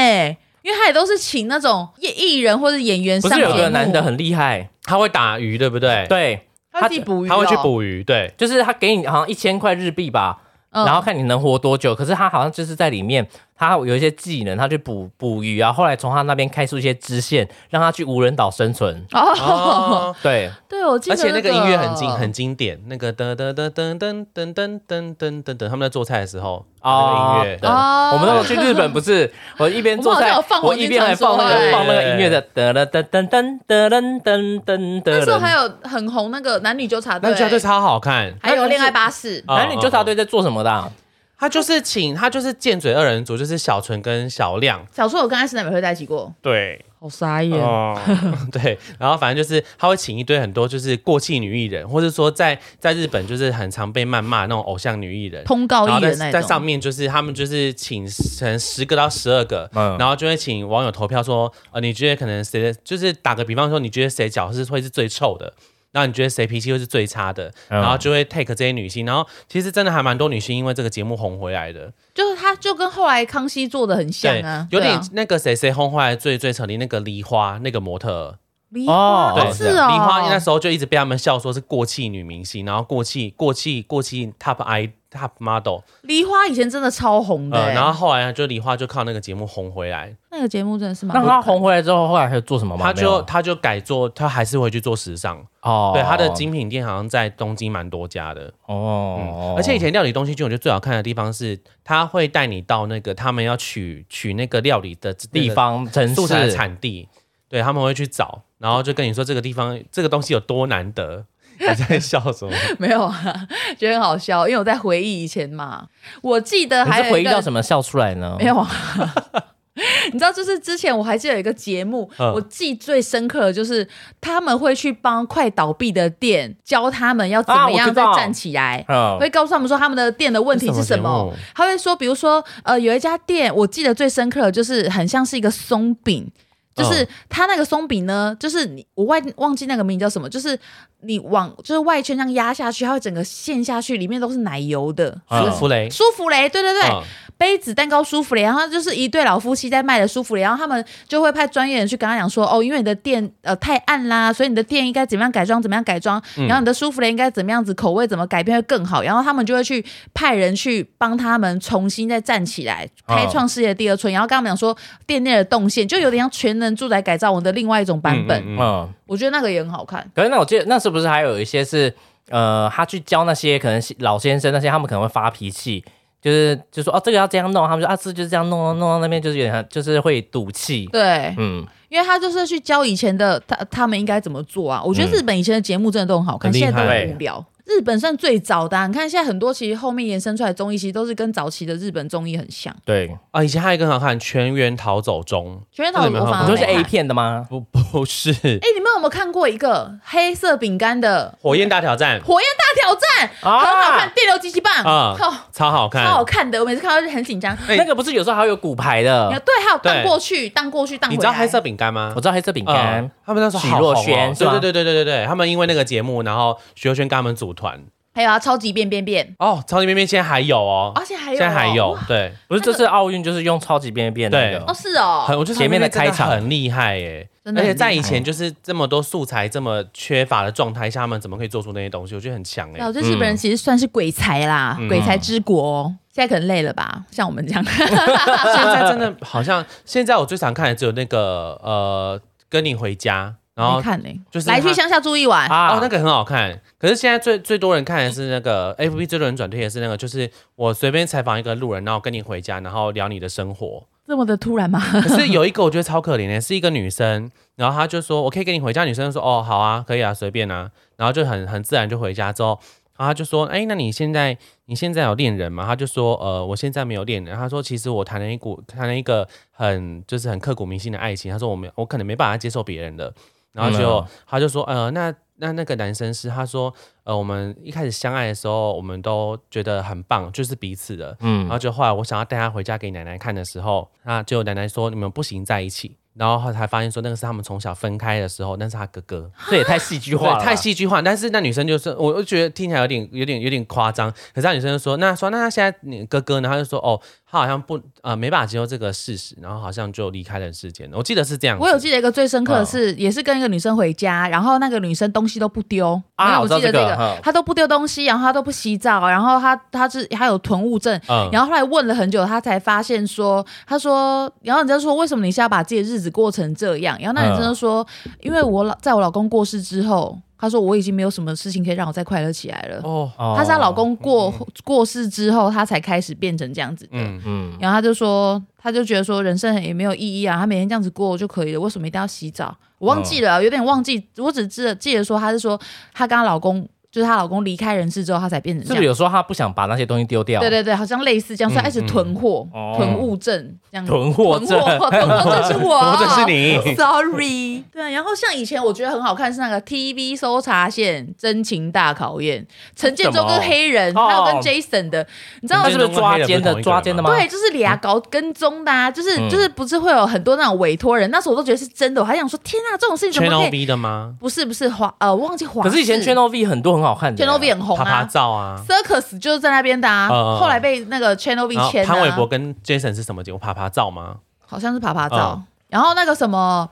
[SPEAKER 1] 因为他也都是请那种艺艺人或者演员
[SPEAKER 2] 不
[SPEAKER 1] 上
[SPEAKER 2] 是
[SPEAKER 1] 节
[SPEAKER 2] 有个
[SPEAKER 1] 目，
[SPEAKER 2] 男的很厉害，
[SPEAKER 3] 他会打鱼对不对？，
[SPEAKER 2] 对，
[SPEAKER 1] 他自己捕鱼、
[SPEAKER 3] 他会去，捕鱼，对。
[SPEAKER 2] 就是他给你好像一千块日币吧，
[SPEAKER 1] 嗯
[SPEAKER 2] 然后看你能活多久。可是他好像就是在里面，他有一些技能，他去捕捕鱼啊，后来从他那边开出一些支线，让他去无人岛生存。
[SPEAKER 1] 哦，
[SPEAKER 3] 哦
[SPEAKER 2] 对，
[SPEAKER 1] 对，我记得、
[SPEAKER 3] 而且
[SPEAKER 1] 那
[SPEAKER 3] 那个音乐很经很经典，那个噔噔噔噔噔噔噔噔噔噔噔，他们在做菜的时候，那
[SPEAKER 2] 哦
[SPEAKER 3] 个音乐，
[SPEAKER 2] 对
[SPEAKER 1] 哦
[SPEAKER 2] 我们那时候去日本不是，我一边做
[SPEAKER 1] 我们好像
[SPEAKER 2] 菜
[SPEAKER 1] 有放，
[SPEAKER 2] 我
[SPEAKER 1] 黄金
[SPEAKER 2] 一边还放那
[SPEAKER 1] 传说
[SPEAKER 2] 个
[SPEAKER 1] 哎
[SPEAKER 2] 放那个音乐的噔噔噔噔噔噔噔噔噔
[SPEAKER 1] 那时候还
[SPEAKER 2] 噔。
[SPEAKER 1] 有很红那个男女纠察队，
[SPEAKER 3] 那觉得超 好看。
[SPEAKER 1] 还有恋爱巴士，
[SPEAKER 3] 哦
[SPEAKER 2] 男女纠察队在做什么的啊？
[SPEAKER 3] 他就是请他就是剑嘴二人组，就是小纯跟小亮，
[SPEAKER 1] 小时候我跟安室奈美惠在一起过，
[SPEAKER 3] 对
[SPEAKER 1] 好傻眼
[SPEAKER 3] 哦， 对，然后反正就是他会请一堆很多就是过气女艺人，或者说在在日本就是很常被谩骂的那种偶像女艺人，
[SPEAKER 1] 通告
[SPEAKER 3] 然后
[SPEAKER 1] 艺
[SPEAKER 3] 在
[SPEAKER 1] 人那
[SPEAKER 3] 在
[SPEAKER 1] 种，
[SPEAKER 3] 上面就是他们就是请可能十个到十二个，
[SPEAKER 2] 嗯
[SPEAKER 3] 然后就会请网友投票说，呃，你觉得可能谁的就是打个比方说，你觉得谁脚是会是最臭的？然后你觉得谁脾气会是最差的？
[SPEAKER 2] 嗯
[SPEAKER 3] 然后就会 take 这些女性，然后其实真的还蛮多女性因为这个节目红回来的，
[SPEAKER 1] 就是他就跟后来康熙做的很像
[SPEAKER 3] 对
[SPEAKER 1] 啊，，
[SPEAKER 3] 有
[SPEAKER 1] 对
[SPEAKER 3] 点
[SPEAKER 1] 啊
[SPEAKER 3] 那个谁谁红回来最最成立那个梨花那个模特儿，
[SPEAKER 1] 梨
[SPEAKER 2] 哦
[SPEAKER 1] 花，
[SPEAKER 3] 对，
[SPEAKER 1] 是哦，
[SPEAKER 3] 梨花那时候就一直被他们笑说是过气女明星，然后过气过气过气 top i top model，
[SPEAKER 1] 梨花以前真的超红的
[SPEAKER 3] 呃，
[SPEAKER 1] 欸，
[SPEAKER 3] 然后后来就梨花就靠那个节目红回来，
[SPEAKER 1] 那个节目真的是蛮
[SPEAKER 2] 那
[SPEAKER 1] 好看
[SPEAKER 2] 他红回来之后，后来还有做什么吗？
[SPEAKER 3] 他
[SPEAKER 2] 没
[SPEAKER 3] 就
[SPEAKER 2] 有啊
[SPEAKER 3] 他就改做，他还是会去做时尚。
[SPEAKER 2] 哦，
[SPEAKER 3] 对，他的精品店好像在东京蛮多家的。嗯
[SPEAKER 2] 哦，
[SPEAKER 3] 而且以前料理东西君，我觉得最好看的地方是，他会带你到那个他们要取取那个料理的
[SPEAKER 2] 地方城
[SPEAKER 3] 素材的
[SPEAKER 2] 市
[SPEAKER 3] 产地，对他们会去找，然后就跟你说这个地方这个东西有多难得。你在笑什么？
[SPEAKER 1] 没有啊，觉得很好笑，因为我在回忆以前嘛，我记得呃
[SPEAKER 2] 你
[SPEAKER 1] 还
[SPEAKER 2] 是
[SPEAKER 1] 有
[SPEAKER 2] 回
[SPEAKER 1] 一
[SPEAKER 2] 忆到
[SPEAKER 1] 个
[SPEAKER 2] 什么笑出来呢？
[SPEAKER 1] 没有啊。 你知道，就是之前我还记得有一个节目，
[SPEAKER 3] 嗯
[SPEAKER 1] 我记最深刻的就是他们会去帮快倒闭的店教他们要怎
[SPEAKER 2] 啊
[SPEAKER 1] 么
[SPEAKER 2] 我
[SPEAKER 1] 样
[SPEAKER 2] 知
[SPEAKER 1] 再
[SPEAKER 2] 道
[SPEAKER 1] 站起来。
[SPEAKER 2] 嗯，
[SPEAKER 1] 会告诉他们说他们的店的问题是什么。
[SPEAKER 3] 这什么节目
[SPEAKER 1] 他会说，比如说，呃，有一家店，我记得最深刻的就是很像是一个松饼，就是它那个松饼呢，就是你我忘忘记那个名叫什么，就是你往就是外圈这样压下去，它会整个陷下去，里面都是奶油的。
[SPEAKER 2] 嗯
[SPEAKER 3] 舒芙蕾，
[SPEAKER 1] 舒芙蕾，对对对，
[SPEAKER 3] 嗯
[SPEAKER 1] 杯子蛋糕舒芙蕾，然后就是一对老夫妻在卖的舒芙蕾，然后他们就会派专业人去跟他讲说，哦，因为你的店呃太暗啦，所以你的店应该怎么样改装，怎么样改装，
[SPEAKER 3] 嗯
[SPEAKER 1] 然后你的舒芙蕾应该怎么样子口味怎么改变会更好，然后他们就会去派人去帮他们重新再站起来，
[SPEAKER 2] 哦
[SPEAKER 1] 开创事业的第二春，然后跟他们讲说店内的动线就有点像全能住宅改造我的另外一种版本，
[SPEAKER 3] 嗯嗯嗯
[SPEAKER 2] 嗯，
[SPEAKER 1] 我觉得那个也很好看，
[SPEAKER 2] 可是那我记得那是不是还有一些是呃，他去教那些可能老先生那些，他们可能会发脾气，就是就说哦这个要这样弄，他们说啊是就是这样弄弄弄到那边就是有点像就是会赌气，
[SPEAKER 1] 对，
[SPEAKER 2] 嗯，
[SPEAKER 1] 因为他就是去教以前的他他们应该怎么做啊。我觉得日本以前的节目真的都很好看，
[SPEAKER 3] 嗯很厉害
[SPEAKER 1] 现在都很无聊。日本算最早的、啊，你看现在很多其实后面延伸出来的综艺，其实都是跟早期的日本综艺很像。
[SPEAKER 2] 对，
[SPEAKER 3] 啊，以前还有一个很好看《全员逃走中
[SPEAKER 1] 全员逃
[SPEAKER 3] 这个
[SPEAKER 1] 走
[SPEAKER 3] 你们
[SPEAKER 1] 我反
[SPEAKER 2] 你
[SPEAKER 1] 而
[SPEAKER 3] 有
[SPEAKER 2] 说
[SPEAKER 1] 啊没
[SPEAKER 2] 是
[SPEAKER 1] 看
[SPEAKER 2] A。片的吗》，？
[SPEAKER 3] 不不是《
[SPEAKER 1] 哎、你们有没有看过一个黑色饼干的
[SPEAKER 3] 火焰大挑战
[SPEAKER 1] 《火焰大挑战》
[SPEAKER 2] 啊
[SPEAKER 1] 很好
[SPEAKER 3] 哎
[SPEAKER 1] 看，电流极其棒，
[SPEAKER 3] 啊
[SPEAKER 1] 靠、》
[SPEAKER 3] 超好看，
[SPEAKER 1] 超好看的，我每次看到就很紧张。
[SPEAKER 3] 哎
[SPEAKER 2] 那个不是有时候还有骨牌
[SPEAKER 1] 你
[SPEAKER 2] 的
[SPEAKER 1] 看，，对，还有荡
[SPEAKER 3] 对
[SPEAKER 1] 过去，荡过去，荡回
[SPEAKER 3] 你
[SPEAKER 1] 来。
[SPEAKER 3] 知道黑色饼干吗？
[SPEAKER 2] 我知道黑色饼干
[SPEAKER 3] 嗯，他们那时候好
[SPEAKER 2] 许若
[SPEAKER 3] 红哦
[SPEAKER 2] 瑄是
[SPEAKER 3] 对
[SPEAKER 2] 吗
[SPEAKER 3] 对对对对对对，他们因为那个节目，然后许若瑄跟他们组团，
[SPEAKER 1] 还有啊，超级变变变，
[SPEAKER 3] 哦，超级变变现在还有哦，
[SPEAKER 1] 而啊且还有
[SPEAKER 3] 现在还有
[SPEAKER 1] 哇
[SPEAKER 3] 对，
[SPEAKER 2] 不是这次奥运就是用超级变变那
[SPEAKER 3] 对
[SPEAKER 2] 个
[SPEAKER 1] 哦，，是哦，
[SPEAKER 3] 很我就
[SPEAKER 2] 前面的开场
[SPEAKER 3] 很厉害耶，
[SPEAKER 1] 真的
[SPEAKER 3] 而
[SPEAKER 1] 很
[SPEAKER 3] 且在
[SPEAKER 1] 厉
[SPEAKER 3] 以
[SPEAKER 1] 害
[SPEAKER 3] 前就是这么多素材这么缺乏的状态下，他们怎么可以做出那些东西？我觉得很强
[SPEAKER 1] 那
[SPEAKER 3] 哎
[SPEAKER 1] 我。觉得日本
[SPEAKER 2] 嗯
[SPEAKER 1] 人其实算是鬼才啦，鬼才之国哦。现在可能累了吧，像我们这 样。
[SPEAKER 3] 现在真的好像现在我最常看的只有那个呃，跟你回家，然后
[SPEAKER 1] 没看嘞，
[SPEAKER 3] 就是
[SPEAKER 1] 来去
[SPEAKER 3] 他
[SPEAKER 1] 乡下住一晚，
[SPEAKER 2] 啊
[SPEAKER 3] 哦，那个很好看。可是现在最最多人看的是那个 F B 最多人转推的是那个，就是我随便采访一个路人，然后跟你回家，然后聊你的生活。
[SPEAKER 1] 这么的突然吗？
[SPEAKER 2] 嗯
[SPEAKER 3] 可是有一个我觉得超可怜的，是一个女生，然后她就说我可以跟你回家，女生就说哦好啊，可以啊，随便啊，然后就很很自然就回家之后。然后她就说：“哎，那你现在你现在有恋人吗？”她就说：“呃，我现在没有恋人。”她说：“其实我谈了一股谈了一个很就是很刻骨铭心的爱情。”她说：“我没有我可能没办法接受别人的。”然后就、
[SPEAKER 2] 嗯
[SPEAKER 3] 她就说：“呃，那那那个男生是她说呃，我们一开始相爱的时候，我们都觉得很棒，就是彼此的。然
[SPEAKER 2] 嗯，
[SPEAKER 3] 后就后来我想要带他回家给奶奶看的时候，那就奶奶说你们不行在一起，然后后来才发现说那个是他们从小分开的时候，那是他哥哥，
[SPEAKER 2] 这也太戏剧化了吧，
[SPEAKER 3] 对太戏剧化。但是那女生就是，我就觉得听起来有点有点有点夸张。可是那女生就说，那说那他现在你哥哥呢？他就说哦，他好像不呃没办法接受这个事实，然后好像就离开人世间了。我记得是这样子，
[SPEAKER 1] 我有记得一个最深刻的
[SPEAKER 2] 嗯
[SPEAKER 1] 是，也是跟一个女生回家，然后那个女生东西都不丢
[SPEAKER 2] 啊
[SPEAKER 1] 因为
[SPEAKER 2] 我
[SPEAKER 1] 我
[SPEAKER 2] 知道
[SPEAKER 1] 记得
[SPEAKER 2] 这个
[SPEAKER 1] 个
[SPEAKER 2] 嗯，
[SPEAKER 1] 她都不丢东西，然后她都不洗澡，然后她她是她有囤物症，
[SPEAKER 3] 嗯
[SPEAKER 1] 然后后来问了很久，她才发现说，她说，然后人家说为什么你是要把自己的日子过成这样？然后那女生就说，因为我老在我老公过世之后，她说我已经没有什么事情可以让我再快乐起来了。
[SPEAKER 3] 哦，
[SPEAKER 2] 哦
[SPEAKER 1] 她是她老，公过过世之后，她才开始变成这样子的。
[SPEAKER 3] 嗯，
[SPEAKER 2] 嗯，
[SPEAKER 1] 然后他就说，他就觉得说人生也没有意义啊，他每天这样子过就可以了，为什么一定要洗澡？我忘记了，有点忘记，我只记得记得说，她是说她跟她老公，就是她老公离开人世之后，她才变成
[SPEAKER 2] 是
[SPEAKER 1] 这
[SPEAKER 2] 不是
[SPEAKER 1] 样。
[SPEAKER 2] 有时候他不想把那些东西丢掉？
[SPEAKER 1] 对对对，好像类似这样，所以她一直囤货、
[SPEAKER 2] 嗯
[SPEAKER 1] 囤物症这样。
[SPEAKER 2] 囤货症
[SPEAKER 1] 囤货，囤货症是我，
[SPEAKER 3] 或者是你
[SPEAKER 1] Sorry，对啊，然后像以前我觉得很好看是那个 TV 搜查线真情大考验，陈建州跟黑人，
[SPEAKER 2] 什么
[SPEAKER 1] 还有跟
[SPEAKER 2] 哦
[SPEAKER 1] Jason 的，你知道吗？
[SPEAKER 2] 那是不是抓奸的抓奸的吗？
[SPEAKER 1] 对，就是俩搞跟踪的啊，就是、
[SPEAKER 2] 嗯
[SPEAKER 1] 就是不是会有很多那种委托人，那时候我都觉得是真的，我还想说天啊，这种事情怎
[SPEAKER 3] 全 O
[SPEAKER 1] 么可以？
[SPEAKER 3] B 的吗？
[SPEAKER 1] 不是不是华呃，我忘记华视，
[SPEAKER 2] 可是以前 Channel V 很多很好看的
[SPEAKER 1] Channel V 很红
[SPEAKER 3] 啪啪
[SPEAKER 1] 啊
[SPEAKER 3] 照啊，
[SPEAKER 1] ，Circus 就是在那边的啊，
[SPEAKER 3] 嗯嗯嗯
[SPEAKER 1] 后来被那个 Channel V
[SPEAKER 3] 然后
[SPEAKER 1] 签、啊，
[SPEAKER 3] 潘玮柏跟 Jason 是什么结果？啪啪照吗？
[SPEAKER 1] 好像是爬爬
[SPEAKER 3] 哦
[SPEAKER 1] 照，然后那个什么。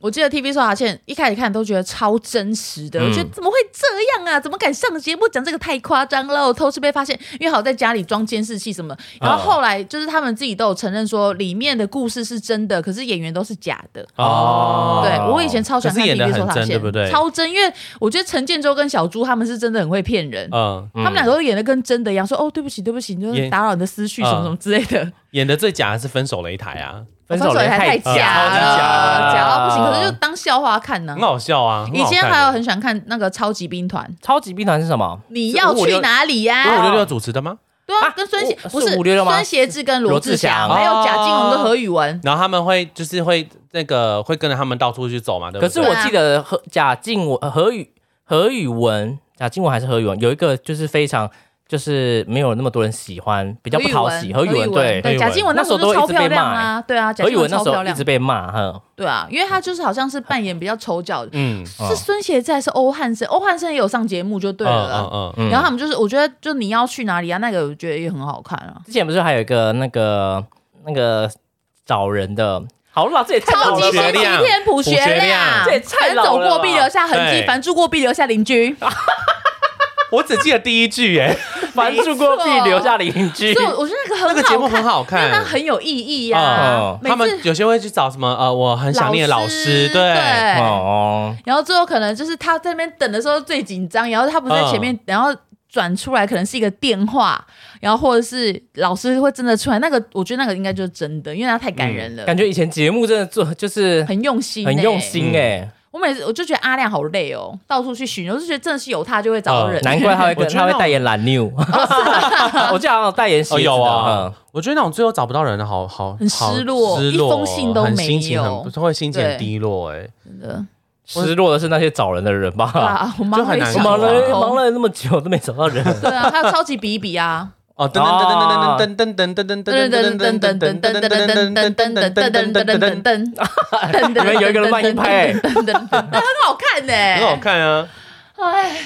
[SPEAKER 1] 我记得 TV 刷牙线一开始看都觉得超真实的，
[SPEAKER 2] 嗯
[SPEAKER 1] 我觉得怎么会这样啊？怎么敢上节目讲这个太夸张了？偷吃被发现，因为好在家里装监视器什
[SPEAKER 3] 哦
[SPEAKER 1] 么的。然后后来就是他们自己都有承认说里面的故事是真的，可是演员都是假的。
[SPEAKER 2] 哦
[SPEAKER 1] 对我以前超喜欢看
[SPEAKER 3] 可是演得
[SPEAKER 1] TV
[SPEAKER 3] 很
[SPEAKER 1] 刷牙
[SPEAKER 3] 真
[SPEAKER 1] 线，
[SPEAKER 3] 对不对
[SPEAKER 1] 超真，因为我觉得陈建州跟小猪他们是真的很会骗人，
[SPEAKER 3] 嗯，
[SPEAKER 1] 他们两个都演的跟真的一样，说哦对不起对不起，你就是
[SPEAKER 3] 演
[SPEAKER 1] 打扰你的思绪什么
[SPEAKER 3] 嗯
[SPEAKER 1] 什么之类的。
[SPEAKER 3] 演的最假的是分手擂台啊，
[SPEAKER 1] 嗯
[SPEAKER 2] 分手
[SPEAKER 1] 哦手
[SPEAKER 2] 擂
[SPEAKER 1] 还太
[SPEAKER 2] 假
[SPEAKER 1] 假了，假到不行，可是就当笑话看呢
[SPEAKER 3] 很。好笑啊。很
[SPEAKER 1] 以
[SPEAKER 3] 好
[SPEAKER 1] 前
[SPEAKER 3] 看
[SPEAKER 1] 还有很喜欢看那个超级兵团，
[SPEAKER 2] 超级兵团是什么？
[SPEAKER 1] 你要去哪里
[SPEAKER 3] 不是五
[SPEAKER 1] 呀？
[SPEAKER 3] 六六主持的吗？
[SPEAKER 1] 对啊
[SPEAKER 2] 啊，
[SPEAKER 1] 跟孙协
[SPEAKER 2] 我
[SPEAKER 1] 不
[SPEAKER 2] 是
[SPEAKER 1] 是
[SPEAKER 2] 566吗
[SPEAKER 1] 孙协志跟罗志祥，
[SPEAKER 2] 罗志祥
[SPEAKER 1] 还有贾静雯跟何宇文，
[SPEAKER 3] 然后他们会就是会那个会跟着他们到处去走嘛，对不
[SPEAKER 2] 可
[SPEAKER 3] 对？
[SPEAKER 2] 是我记得何贾静雯、何宇、何宇文、贾静雯还是何宇文，有一个就是非常就是没有那么多人喜欢，比较不讨喜。
[SPEAKER 1] 何
[SPEAKER 2] 何宇文
[SPEAKER 1] 对，
[SPEAKER 2] 对，
[SPEAKER 3] 何宇文
[SPEAKER 1] 贾静雯那时候就超漂亮啊，对啊，贾
[SPEAKER 2] 何宇
[SPEAKER 1] 静雯
[SPEAKER 2] 文那
[SPEAKER 1] 超
[SPEAKER 2] 时
[SPEAKER 1] 漂
[SPEAKER 2] 候一
[SPEAKER 1] 亮
[SPEAKER 2] 直，被骂，哼，
[SPEAKER 1] 对啊，因为她就是好像是扮演比较丑角的，
[SPEAKER 3] 嗯，
[SPEAKER 1] 是孙协志还是欧汉生？欧汉生也有上节目就对了
[SPEAKER 3] 嗯
[SPEAKER 1] 啊。
[SPEAKER 3] 嗯嗯，
[SPEAKER 2] 嗯
[SPEAKER 1] 然后他们就是，我觉得就你要去哪里啊，那个我觉得也很好看啊。
[SPEAKER 2] 之前不是还有一个那个那个找人的，好老，这也太
[SPEAKER 1] 超
[SPEAKER 2] 老
[SPEAKER 1] 级
[SPEAKER 2] 了
[SPEAKER 1] 星期天普学
[SPEAKER 3] 普学
[SPEAKER 1] 亮，
[SPEAKER 3] 亮
[SPEAKER 2] 这也太
[SPEAKER 1] 反
[SPEAKER 2] 老
[SPEAKER 1] 走
[SPEAKER 2] 了吧
[SPEAKER 1] 过必留下痕迹，
[SPEAKER 3] 对
[SPEAKER 1] 反住过必留下邻居。
[SPEAKER 3] 我只记得第一句哎，
[SPEAKER 2] 反住过必留下邻居
[SPEAKER 1] 所以。我觉得那个很好看，
[SPEAKER 3] 那个节目很好
[SPEAKER 1] 因为它
[SPEAKER 3] 看。哦
[SPEAKER 1] 很有意义呀
[SPEAKER 2] 嗯。
[SPEAKER 1] 每
[SPEAKER 3] 他们
[SPEAKER 1] 次
[SPEAKER 3] 有些会去找什么呃，我很想念的老师，
[SPEAKER 1] 对。
[SPEAKER 3] 对，
[SPEAKER 2] 哦，
[SPEAKER 1] 然后最后可能就是他在那边等的时候最紧张，然后他不是在前面，然后转出来可能是一个电话，然后或者是老师会真的出来。那个我觉得那个应该就是真的，因为他太嗯感人了，
[SPEAKER 2] 感觉以前节目真的做就是
[SPEAKER 1] 很用心，
[SPEAKER 2] 嗯
[SPEAKER 1] 欸
[SPEAKER 2] 很用。心哎，
[SPEAKER 1] 我每次我就觉得阿亮好累哦，到处去寻，我就觉得真的是有他就会找到人。
[SPEAKER 2] 哦难怪他会
[SPEAKER 3] 我
[SPEAKER 2] 跟
[SPEAKER 3] 觉得
[SPEAKER 2] 他会
[SPEAKER 3] 那种
[SPEAKER 2] 代言蓝妞， 我记得好像有代言鞋
[SPEAKER 3] 哦
[SPEAKER 2] 子
[SPEAKER 3] 有
[SPEAKER 2] 的嗯
[SPEAKER 3] 啊，，我觉得那种最后找不到人的好好
[SPEAKER 1] 很
[SPEAKER 3] 好
[SPEAKER 1] 失落
[SPEAKER 3] 失
[SPEAKER 1] 一
[SPEAKER 3] 落
[SPEAKER 1] 封信都
[SPEAKER 3] 很
[SPEAKER 1] 没
[SPEAKER 3] 心情
[SPEAKER 1] 有
[SPEAKER 3] 很会心情
[SPEAKER 1] 对
[SPEAKER 3] 很低落哎，
[SPEAKER 1] 真的
[SPEAKER 2] 嗯失落的是那些找人的人 吧？
[SPEAKER 1] 啊，我忙了一
[SPEAKER 3] 就
[SPEAKER 1] 场
[SPEAKER 3] 很
[SPEAKER 2] 忙
[SPEAKER 3] 难
[SPEAKER 2] 了
[SPEAKER 3] 过
[SPEAKER 2] 忙了那么久都没找到人，
[SPEAKER 1] 对啊，还有超级比比啊，
[SPEAKER 3] 哦，噔噔噔噔噔噔噔噔
[SPEAKER 1] 噔噔噔噔
[SPEAKER 3] 噔噔噔
[SPEAKER 1] 噔噔噔噔噔噔噔噔噔
[SPEAKER 3] 噔噔噔噔噔噔噔噔
[SPEAKER 1] 噔噔
[SPEAKER 3] 噔噔
[SPEAKER 1] 噔
[SPEAKER 3] 噔
[SPEAKER 1] 噔噔噔 噔，
[SPEAKER 2] 哎你们有一个人慢一拍
[SPEAKER 1] 噔噔噔噔，很好看呢，
[SPEAKER 3] 很好看啊。
[SPEAKER 1] 哎，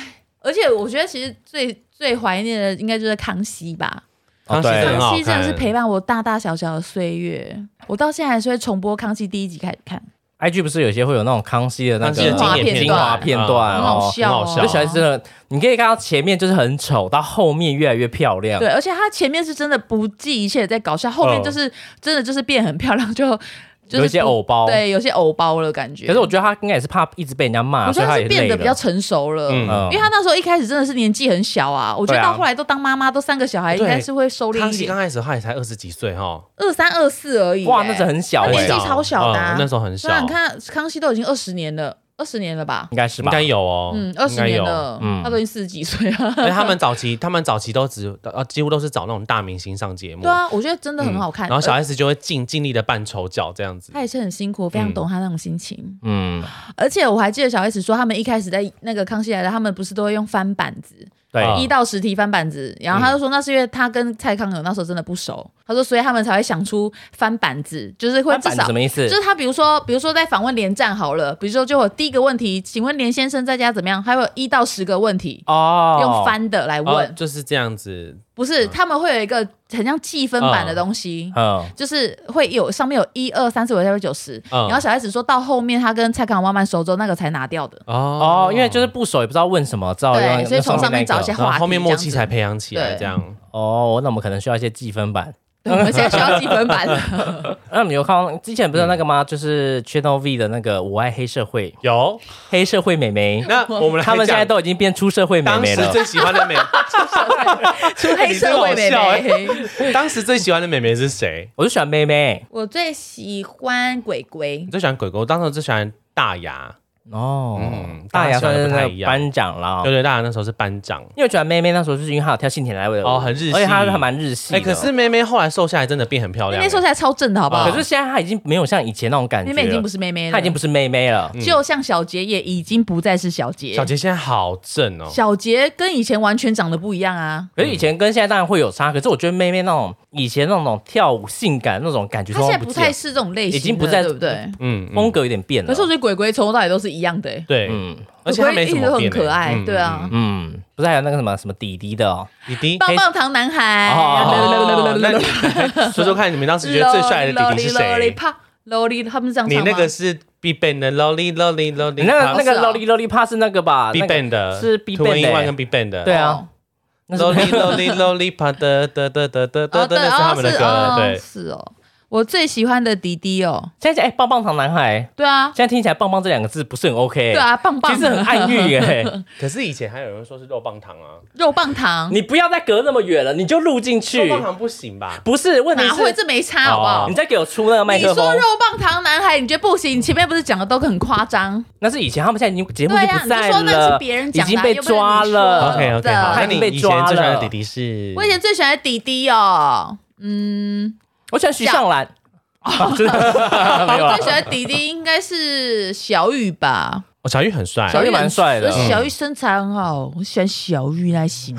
[SPEAKER 1] 而且我觉得其实最最怀念的应该就是康熙吧。
[SPEAKER 2] 哦
[SPEAKER 3] 康熙
[SPEAKER 2] 对
[SPEAKER 3] 很好
[SPEAKER 1] 康熙
[SPEAKER 3] 看，
[SPEAKER 1] 真的是陪伴我大大小小的岁月，我到现在还是会重播康熙第一集开始看，
[SPEAKER 2] IG 不是有些会有那种康熙的那
[SPEAKER 3] 康
[SPEAKER 2] 个
[SPEAKER 3] 熙的经典片
[SPEAKER 1] 精
[SPEAKER 2] 精华
[SPEAKER 1] 华
[SPEAKER 2] 片段
[SPEAKER 1] 很
[SPEAKER 3] 嗯
[SPEAKER 1] 好
[SPEAKER 2] 哦，
[SPEAKER 1] 笑哦、
[SPEAKER 3] 很好
[SPEAKER 2] 我
[SPEAKER 3] 笑
[SPEAKER 2] 就喜欢真的，你可以看到前面就是很丑，到后面越来越漂亮。
[SPEAKER 1] 对，而且他前面是真的不计一切地在搞笑，后面
[SPEAKER 3] 嗯
[SPEAKER 1] 就是、真的就是变很漂亮，就就是
[SPEAKER 2] 有一些
[SPEAKER 1] 不
[SPEAKER 2] 偶包。
[SPEAKER 1] 对，有些偶包了感觉。
[SPEAKER 2] 可是我觉得他应该也是怕一直被人家
[SPEAKER 3] 啊
[SPEAKER 2] 骂，
[SPEAKER 1] 我觉
[SPEAKER 2] 所以
[SPEAKER 1] 得他
[SPEAKER 2] 也
[SPEAKER 1] 是变
[SPEAKER 2] 累
[SPEAKER 1] 得
[SPEAKER 2] 了。
[SPEAKER 1] 比较成熟了。
[SPEAKER 3] 嗯
[SPEAKER 1] 因为他那时候一开始真的是年纪很小啊，我觉得
[SPEAKER 2] 对啊
[SPEAKER 1] 到后来都当妈妈，都三个小孩，应
[SPEAKER 3] 对
[SPEAKER 1] 该是会收敛
[SPEAKER 3] 康
[SPEAKER 1] 一
[SPEAKER 3] 熙刚
[SPEAKER 1] 点，
[SPEAKER 3] 开始他也才二十几岁哈，
[SPEAKER 1] 二三二四而已、
[SPEAKER 2] 哇，
[SPEAKER 1] 欸
[SPEAKER 2] 那是很小
[SPEAKER 1] 他
[SPEAKER 2] 欸，
[SPEAKER 1] 年纪超小的啊
[SPEAKER 3] 嗯那时候很小
[SPEAKER 1] 虽，然你看康熙都已经二十年了，二十年了吧？
[SPEAKER 2] 应该是
[SPEAKER 3] 应
[SPEAKER 2] 吧？
[SPEAKER 3] 该有哦，
[SPEAKER 1] 嗯，二
[SPEAKER 3] 应
[SPEAKER 1] 十
[SPEAKER 3] 该
[SPEAKER 1] 年
[SPEAKER 3] 有。哎
[SPEAKER 1] 了，
[SPEAKER 2] 嗯
[SPEAKER 1] 他都已经四十几岁了。
[SPEAKER 3] 而且他们早期，他们早期都只呃几乎都是找那种大明星上节 目，
[SPEAKER 1] 对啊，我觉得真的
[SPEAKER 3] 嗯，
[SPEAKER 1] 很好看。
[SPEAKER 3] 然后小
[SPEAKER 1] 呃
[SPEAKER 3] S 就会尽尽力的扮丑角这样子
[SPEAKER 1] 他，也是很辛苦，我非
[SPEAKER 3] 嗯
[SPEAKER 1] 常懂他那种心情。
[SPEAKER 2] 嗯，
[SPEAKER 1] 而且我还记得小 S 说，他们一开始在那个康熙来了，他们不是都会用翻板子，
[SPEAKER 2] 对，
[SPEAKER 3] 啊
[SPEAKER 1] 一到十题翻板子，然后他就说那是因为他跟蔡康永那时候真的不熟，他说所以他们才会想出翻板子，就是会
[SPEAKER 2] 翻
[SPEAKER 1] 至
[SPEAKER 2] 版
[SPEAKER 1] 少
[SPEAKER 2] 什么意思
[SPEAKER 1] 就？是他比如说比如说在访问连战好了，比如说就我第一个问题，请问连先生在家怎么样？还有一到十个问题。
[SPEAKER 2] 哦，
[SPEAKER 1] 用翻的来问，
[SPEAKER 3] 哦，就是这样子，
[SPEAKER 1] 不是他们会有一个很像计分板的东西，
[SPEAKER 2] 嗯，就是
[SPEAKER 1] 是会有上面有一二三四五六七九十，
[SPEAKER 3] 嗯
[SPEAKER 1] 然后小 S 说到后面他跟蔡康永慢慢熟之后，那个才拿掉 的。
[SPEAKER 3] 哦
[SPEAKER 2] 哦，因为就是不熟，也不知道问什么，知道用
[SPEAKER 1] 对，所以从
[SPEAKER 2] 那
[SPEAKER 1] 上面
[SPEAKER 2] 那
[SPEAKER 1] 找
[SPEAKER 2] 个
[SPEAKER 1] 一些
[SPEAKER 3] 然后
[SPEAKER 1] 话题，
[SPEAKER 3] 后面默契
[SPEAKER 1] 这样
[SPEAKER 3] 才
[SPEAKER 1] 子
[SPEAKER 3] 培养起来，
[SPEAKER 1] 对
[SPEAKER 3] 这样
[SPEAKER 2] 哦，那我们可能需要一些计分版。
[SPEAKER 1] 对，我们现在需要计分 板了。
[SPEAKER 2] 那你有看到之前不是有
[SPEAKER 1] 嗯
[SPEAKER 2] 那个吗？就是 Channel V 的那个“我爱黑社会
[SPEAKER 3] 有。”
[SPEAKER 2] 黑社会美眉，
[SPEAKER 3] 那我们来
[SPEAKER 2] 他们现在
[SPEAKER 3] 讲
[SPEAKER 2] 都已经变出社会美
[SPEAKER 3] 当
[SPEAKER 2] 眉
[SPEAKER 3] 时
[SPEAKER 2] 了。
[SPEAKER 3] 最喜欢的美，
[SPEAKER 1] 出黑社会妹
[SPEAKER 3] 你真
[SPEAKER 1] 妹。
[SPEAKER 3] 当时最喜欢的美眉是谁？
[SPEAKER 2] 我就喜欢妹妹
[SPEAKER 1] 我最喜欢鬼鬼
[SPEAKER 3] 你，最喜欢鬼狗，我当时最喜欢大牙，
[SPEAKER 2] 哦，
[SPEAKER 3] 嗯
[SPEAKER 2] 大牙
[SPEAKER 3] 大家喜
[SPEAKER 2] 算
[SPEAKER 3] 欢
[SPEAKER 2] 是
[SPEAKER 3] 的不
[SPEAKER 2] 那
[SPEAKER 3] 太
[SPEAKER 2] 个
[SPEAKER 3] 一样
[SPEAKER 2] 班长啦
[SPEAKER 3] 对。对，大牙那时候是班长。
[SPEAKER 2] 因为我喜欢妹妹那时候，就是因为她有跳性田来尾的舞
[SPEAKER 3] 哦很日系
[SPEAKER 2] 而且她还蛮日系的。
[SPEAKER 3] 哎，可是妹妹后来瘦下来真的变很漂
[SPEAKER 1] 妹
[SPEAKER 3] 亮。
[SPEAKER 1] 妹说起来超正的好不好？
[SPEAKER 2] 可是现在她已经没有像以前那种感觉
[SPEAKER 1] 妹
[SPEAKER 2] 了，
[SPEAKER 1] 啊妹已经不是妹妹了，嗯
[SPEAKER 2] 她已经不是妹妹了。
[SPEAKER 1] 就像小杰也已经不再是小杰，
[SPEAKER 3] 小杰现在好正哦，
[SPEAKER 1] 小杰跟以前完全长得不一样啊。
[SPEAKER 2] 可是以前跟现在当然会有差，可是我觉得妹妹那种以前那种跳舞性感那种感觉，
[SPEAKER 1] 他现在
[SPEAKER 2] 不
[SPEAKER 1] 不
[SPEAKER 2] 见
[SPEAKER 1] 太
[SPEAKER 2] 了
[SPEAKER 1] 是这种类型了，
[SPEAKER 2] 已经不再
[SPEAKER 1] 对不对？
[SPEAKER 3] 嗯，嗯
[SPEAKER 2] 风格有点变了。
[SPEAKER 1] 可是我觉得鬼鬼从头到尾都是一样的欸，
[SPEAKER 3] 对，
[SPEAKER 2] 嗯
[SPEAKER 3] 而且他
[SPEAKER 1] 鬼
[SPEAKER 3] 没
[SPEAKER 1] 鬼
[SPEAKER 3] 什
[SPEAKER 1] 一直
[SPEAKER 3] 么
[SPEAKER 1] 都很
[SPEAKER 3] 变欸
[SPEAKER 1] 可爱，对，啊
[SPEAKER 3] 嗯。
[SPEAKER 2] 嗯，不是还有那个什么什么弟弟的哦，
[SPEAKER 3] 嗯嗯弟弟，
[SPEAKER 1] 棒棒糖男孩，
[SPEAKER 3] 哦那你说说看，你们当时觉得最帅的弟弟是谁？
[SPEAKER 1] ？Lollipop Lolly，他们是这样
[SPEAKER 3] 你
[SPEAKER 1] 唱吗？
[SPEAKER 3] 那个是 Big Bang 的 Lolly Lolly Lolly，啊
[SPEAKER 2] 你那个那
[SPEAKER 1] 是
[SPEAKER 2] 个
[SPEAKER 1] 哦
[SPEAKER 2] Lolly Lolly p a 是那个吧
[SPEAKER 3] Big
[SPEAKER 2] 那个
[SPEAKER 3] Bang 的，
[SPEAKER 2] 是 Big Bang 的
[SPEAKER 3] Two in
[SPEAKER 2] 欸
[SPEAKER 3] One 跟 Big Bang 的，
[SPEAKER 2] 对啊
[SPEAKER 1] 哦
[SPEAKER 2] 那是
[SPEAKER 3] Lolly Lolly Lolly Pa 的的的的的的的，那是他们的歌，
[SPEAKER 1] 哦
[SPEAKER 3] 对，
[SPEAKER 1] 是哦，我最喜欢的迪迪哦，
[SPEAKER 2] 现在讲哎棒棒糖男孩，
[SPEAKER 1] 对啊，
[SPEAKER 2] 现在听起来棒棒这两个字不是很 OK，
[SPEAKER 1] 对啊，棒棒，
[SPEAKER 2] 哎其实很暗喻哎，
[SPEAKER 3] 可是以前还有人说是肉棒糖啊，
[SPEAKER 1] 肉棒糖，
[SPEAKER 2] 你不要再隔那么远了，你就录进
[SPEAKER 3] 肉
[SPEAKER 2] 去，
[SPEAKER 3] 棒糖不行吧？
[SPEAKER 2] 不是问题
[SPEAKER 1] 哪会
[SPEAKER 2] 是
[SPEAKER 1] 这没差好不好
[SPEAKER 2] 你？再给我出那个麦
[SPEAKER 1] 你
[SPEAKER 2] 克
[SPEAKER 1] 说
[SPEAKER 2] 风
[SPEAKER 1] 肉，棒糖男孩，你觉得不行？你前面不是讲的都很夸张？
[SPEAKER 2] 那是以前他们现在已经节目
[SPEAKER 1] 对
[SPEAKER 2] 已
[SPEAKER 1] 呀
[SPEAKER 2] 经不在
[SPEAKER 1] 你就说那是
[SPEAKER 2] 了，
[SPEAKER 1] 别人
[SPEAKER 2] 已
[SPEAKER 1] 讲的啊
[SPEAKER 2] 经被抓了
[SPEAKER 1] 又不是你说的
[SPEAKER 3] OK OK，好，
[SPEAKER 2] 他
[SPEAKER 3] 那
[SPEAKER 2] 已
[SPEAKER 3] 你
[SPEAKER 2] 经被
[SPEAKER 3] 以
[SPEAKER 2] 抓
[SPEAKER 3] 前最喜欢
[SPEAKER 2] 了
[SPEAKER 3] 的弟弟是？
[SPEAKER 1] 我以前最喜欢的迪迪哦，嗯，
[SPEAKER 2] 我喜欢徐向兰，哦真的没有
[SPEAKER 1] 我
[SPEAKER 2] 啦
[SPEAKER 1] 最喜欢的迪迪应该是小雨吧，
[SPEAKER 3] 哦，小玉很帅，
[SPEAKER 2] 小玉蛮帅的嗯
[SPEAKER 1] 我觉得小玉身材很好，我喜欢小玉那 型。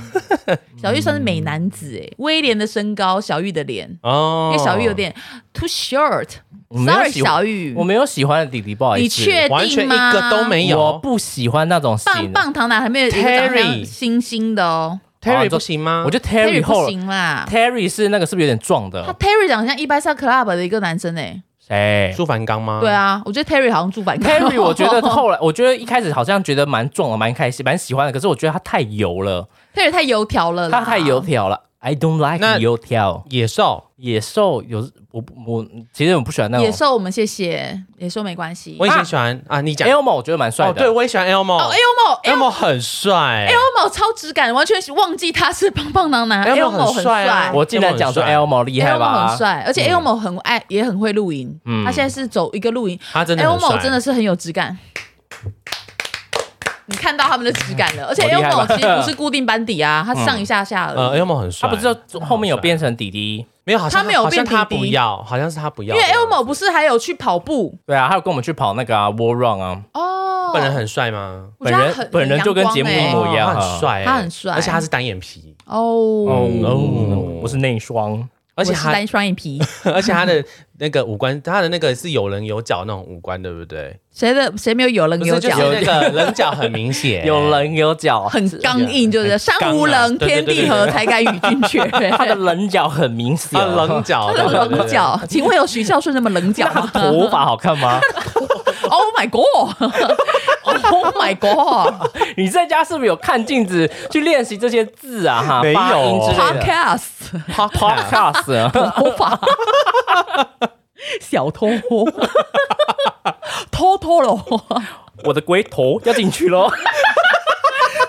[SPEAKER 1] 小玉算是美男子哎，威廉的身高，小玉的脸，因
[SPEAKER 3] 哦，
[SPEAKER 1] 为小玉有点 too short。
[SPEAKER 2] 我没有
[SPEAKER 1] Sorry，
[SPEAKER 2] 喜欢
[SPEAKER 1] 小玉，
[SPEAKER 2] 我没有喜欢的弟弟，不好
[SPEAKER 1] 嗯
[SPEAKER 2] 意
[SPEAKER 1] 你
[SPEAKER 2] 思，
[SPEAKER 1] 确
[SPEAKER 3] 完全
[SPEAKER 1] 定
[SPEAKER 3] 一
[SPEAKER 1] 吗？
[SPEAKER 3] 个都没
[SPEAKER 2] 我
[SPEAKER 3] 有。
[SPEAKER 2] 不喜欢那种型
[SPEAKER 1] 棒
[SPEAKER 2] 的。
[SPEAKER 1] 棒糖男还没有一个长得像
[SPEAKER 3] Terry
[SPEAKER 1] 星星的哦
[SPEAKER 3] Terry
[SPEAKER 2] 哦
[SPEAKER 3] 不行吗？
[SPEAKER 2] 我觉得
[SPEAKER 1] Terry
[SPEAKER 2] Terry
[SPEAKER 1] 不
[SPEAKER 2] 后
[SPEAKER 1] 行啦。
[SPEAKER 2] Terry 是那个是不是有点壮
[SPEAKER 1] 他
[SPEAKER 2] 的？
[SPEAKER 1] Terry 长得像一百三 club 的一个男生哎，
[SPEAKER 2] 谁
[SPEAKER 3] 朱凡刚吗？
[SPEAKER 1] 对，啊，我觉得 Terry 好像住反
[SPEAKER 2] ？Terry 我觉得 后来，我觉得一开始好像觉得蛮壮的，蛮开心，蛮喜欢的。可是我觉得他太油了，
[SPEAKER 1] Terry 太油条了啦，
[SPEAKER 2] 他太油条了。I don't
[SPEAKER 3] 那
[SPEAKER 2] like 油条。
[SPEAKER 3] 野兽，
[SPEAKER 2] 野兽有我不我其实我不喜欢那
[SPEAKER 1] 野
[SPEAKER 2] 种。
[SPEAKER 1] 兽我们谢谢，野兽没关系。
[SPEAKER 3] 我以前喜欢啊，你讲
[SPEAKER 2] Elmo 我觉得蛮帅
[SPEAKER 3] 哦，对
[SPEAKER 2] 的。
[SPEAKER 3] 我也喜欢
[SPEAKER 1] 哦
[SPEAKER 3] Elmo，Elmo
[SPEAKER 1] ，Elmo，Elmo
[SPEAKER 3] 很帅
[SPEAKER 1] 超质感，完全忘记他是棒棒糖男。
[SPEAKER 3] Elmo
[SPEAKER 1] 很
[SPEAKER 3] 很帅啊
[SPEAKER 2] 我竟然讲说 Elmo 厉害
[SPEAKER 1] Elmo 很
[SPEAKER 2] 吧？
[SPEAKER 1] 帅，而啊且 Elmo 很爱，也很会露营。
[SPEAKER 2] 嗯
[SPEAKER 1] 他现在是走一个露营
[SPEAKER 3] 他真的很
[SPEAKER 1] ，Elmo
[SPEAKER 3] 帅，
[SPEAKER 1] 真的是很有质感。你看到他们的质感了，而且
[SPEAKER 2] 我厉害吧
[SPEAKER 1] Elmo 其实不是固定班底 啊，他上一下下
[SPEAKER 3] 呃
[SPEAKER 1] 了。
[SPEAKER 3] ，Elmo 很帅，
[SPEAKER 2] 他不是就后面有变成弟弟？
[SPEAKER 3] 没有？好像
[SPEAKER 1] 他没有变
[SPEAKER 3] 好像他
[SPEAKER 1] 弟弟
[SPEAKER 3] 不要，好像是他不
[SPEAKER 1] 因
[SPEAKER 3] 要，
[SPEAKER 1] 为 Elmo 不是还有去跑步
[SPEAKER 2] 对啊，他有跟我们去跑那个啊 War Run 啊，
[SPEAKER 1] 哦，
[SPEAKER 3] 本人很帅吗？
[SPEAKER 1] 我觉得他
[SPEAKER 2] 本人
[SPEAKER 1] 很
[SPEAKER 2] 本人就跟
[SPEAKER 1] 很阳
[SPEAKER 2] 节目
[SPEAKER 1] 光欸
[SPEAKER 2] 一模一样
[SPEAKER 3] 哦他很帅欸，
[SPEAKER 1] 他很帅
[SPEAKER 3] 而且他是单眼皮，
[SPEAKER 1] 哦
[SPEAKER 3] 哦
[SPEAKER 2] 我是内双。
[SPEAKER 3] 而且
[SPEAKER 1] 我是
[SPEAKER 3] 他
[SPEAKER 1] 单双眼皮，
[SPEAKER 3] 而且他的那个五官，他的那个是有棱有角那种五官，对不对？
[SPEAKER 1] 谁的谁没有有棱
[SPEAKER 3] 不
[SPEAKER 1] 有
[SPEAKER 3] 是，就
[SPEAKER 1] 角
[SPEAKER 3] 是？那个棱角很 明显，
[SPEAKER 2] 有棱有角，
[SPEAKER 1] 很刚硬，就是
[SPEAKER 3] 很
[SPEAKER 1] 山无棱，
[SPEAKER 3] 刚啊对
[SPEAKER 1] 天
[SPEAKER 3] 对对
[SPEAKER 1] 地合，才敢与君绝。
[SPEAKER 2] 他的棱角很明显，
[SPEAKER 3] 啊，棱角，
[SPEAKER 1] 他的
[SPEAKER 3] 对
[SPEAKER 1] 棱， 角，请问有徐孝顺那么棱角吗
[SPEAKER 2] 头发好看吗？
[SPEAKER 1] ？Oh my god！Oh my god！Podcast
[SPEAKER 2] 你在家是不是有看镜子去练习这些字啊？哈，
[SPEAKER 3] 没有
[SPEAKER 2] 发音之类的。
[SPEAKER 3] 好
[SPEAKER 2] Podcast，啊
[SPEAKER 1] 头发，小偷，偷偷了，
[SPEAKER 2] 我的龟头要进去喽！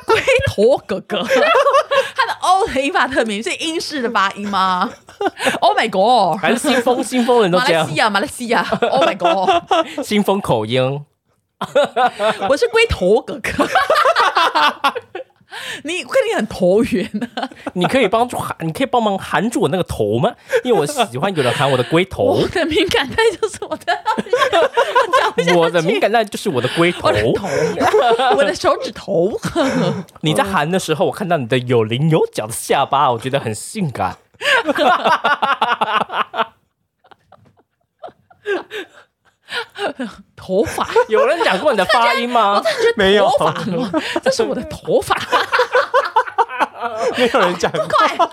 [SPEAKER 1] 龟头哥哥。他的 O 的音发特别是英式的发音吗？Oh my god！
[SPEAKER 2] 还是新风新风人都
[SPEAKER 1] 马
[SPEAKER 2] 这
[SPEAKER 1] 来
[SPEAKER 2] 样
[SPEAKER 1] 西，亚，马来西亚，Oh my god！
[SPEAKER 2] 新风口音。
[SPEAKER 1] 我是龟头哥哥。你跟你很投缘啊！
[SPEAKER 2] 你可以帮助含，你可以帮忙含住我那个头吗？因为我喜欢有人含我的龟头
[SPEAKER 1] 我，的敏感带就是我的，
[SPEAKER 2] 我的敏感带就是我的龟头
[SPEAKER 1] 我。的头，我的手指头。
[SPEAKER 2] 你在含的时候，我看到你的有棱有角的下巴，我觉得很性感。
[SPEAKER 1] 头发，
[SPEAKER 2] 有人讲过你的发音吗？
[SPEAKER 3] 没有
[SPEAKER 1] 头发，这是我的头发，
[SPEAKER 3] 没有人讲过，
[SPEAKER 1] 怪，好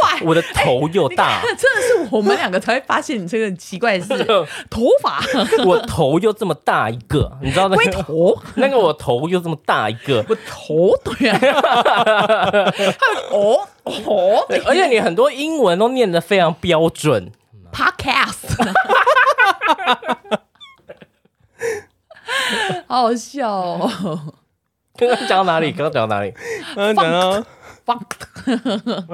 [SPEAKER 1] 怪。
[SPEAKER 2] 我的头又大，
[SPEAKER 1] 真的是我们两个才会发哎现你这个很奇怪的事， 头发，
[SPEAKER 2] 我头又这么大一个，你知道那
[SPEAKER 1] 龟
[SPEAKER 2] 个
[SPEAKER 1] 头，
[SPEAKER 2] 那个我头又这么大一个，
[SPEAKER 1] 我头对啊，还有哦哦
[SPEAKER 2] 对而且你很多英文都念得非常标准。
[SPEAKER 1] ，podcast，好好笑哦。
[SPEAKER 2] 刚刚讲到哪里？刚刚讲到哪 里？
[SPEAKER 3] 刚刚讲到，
[SPEAKER 1] fuck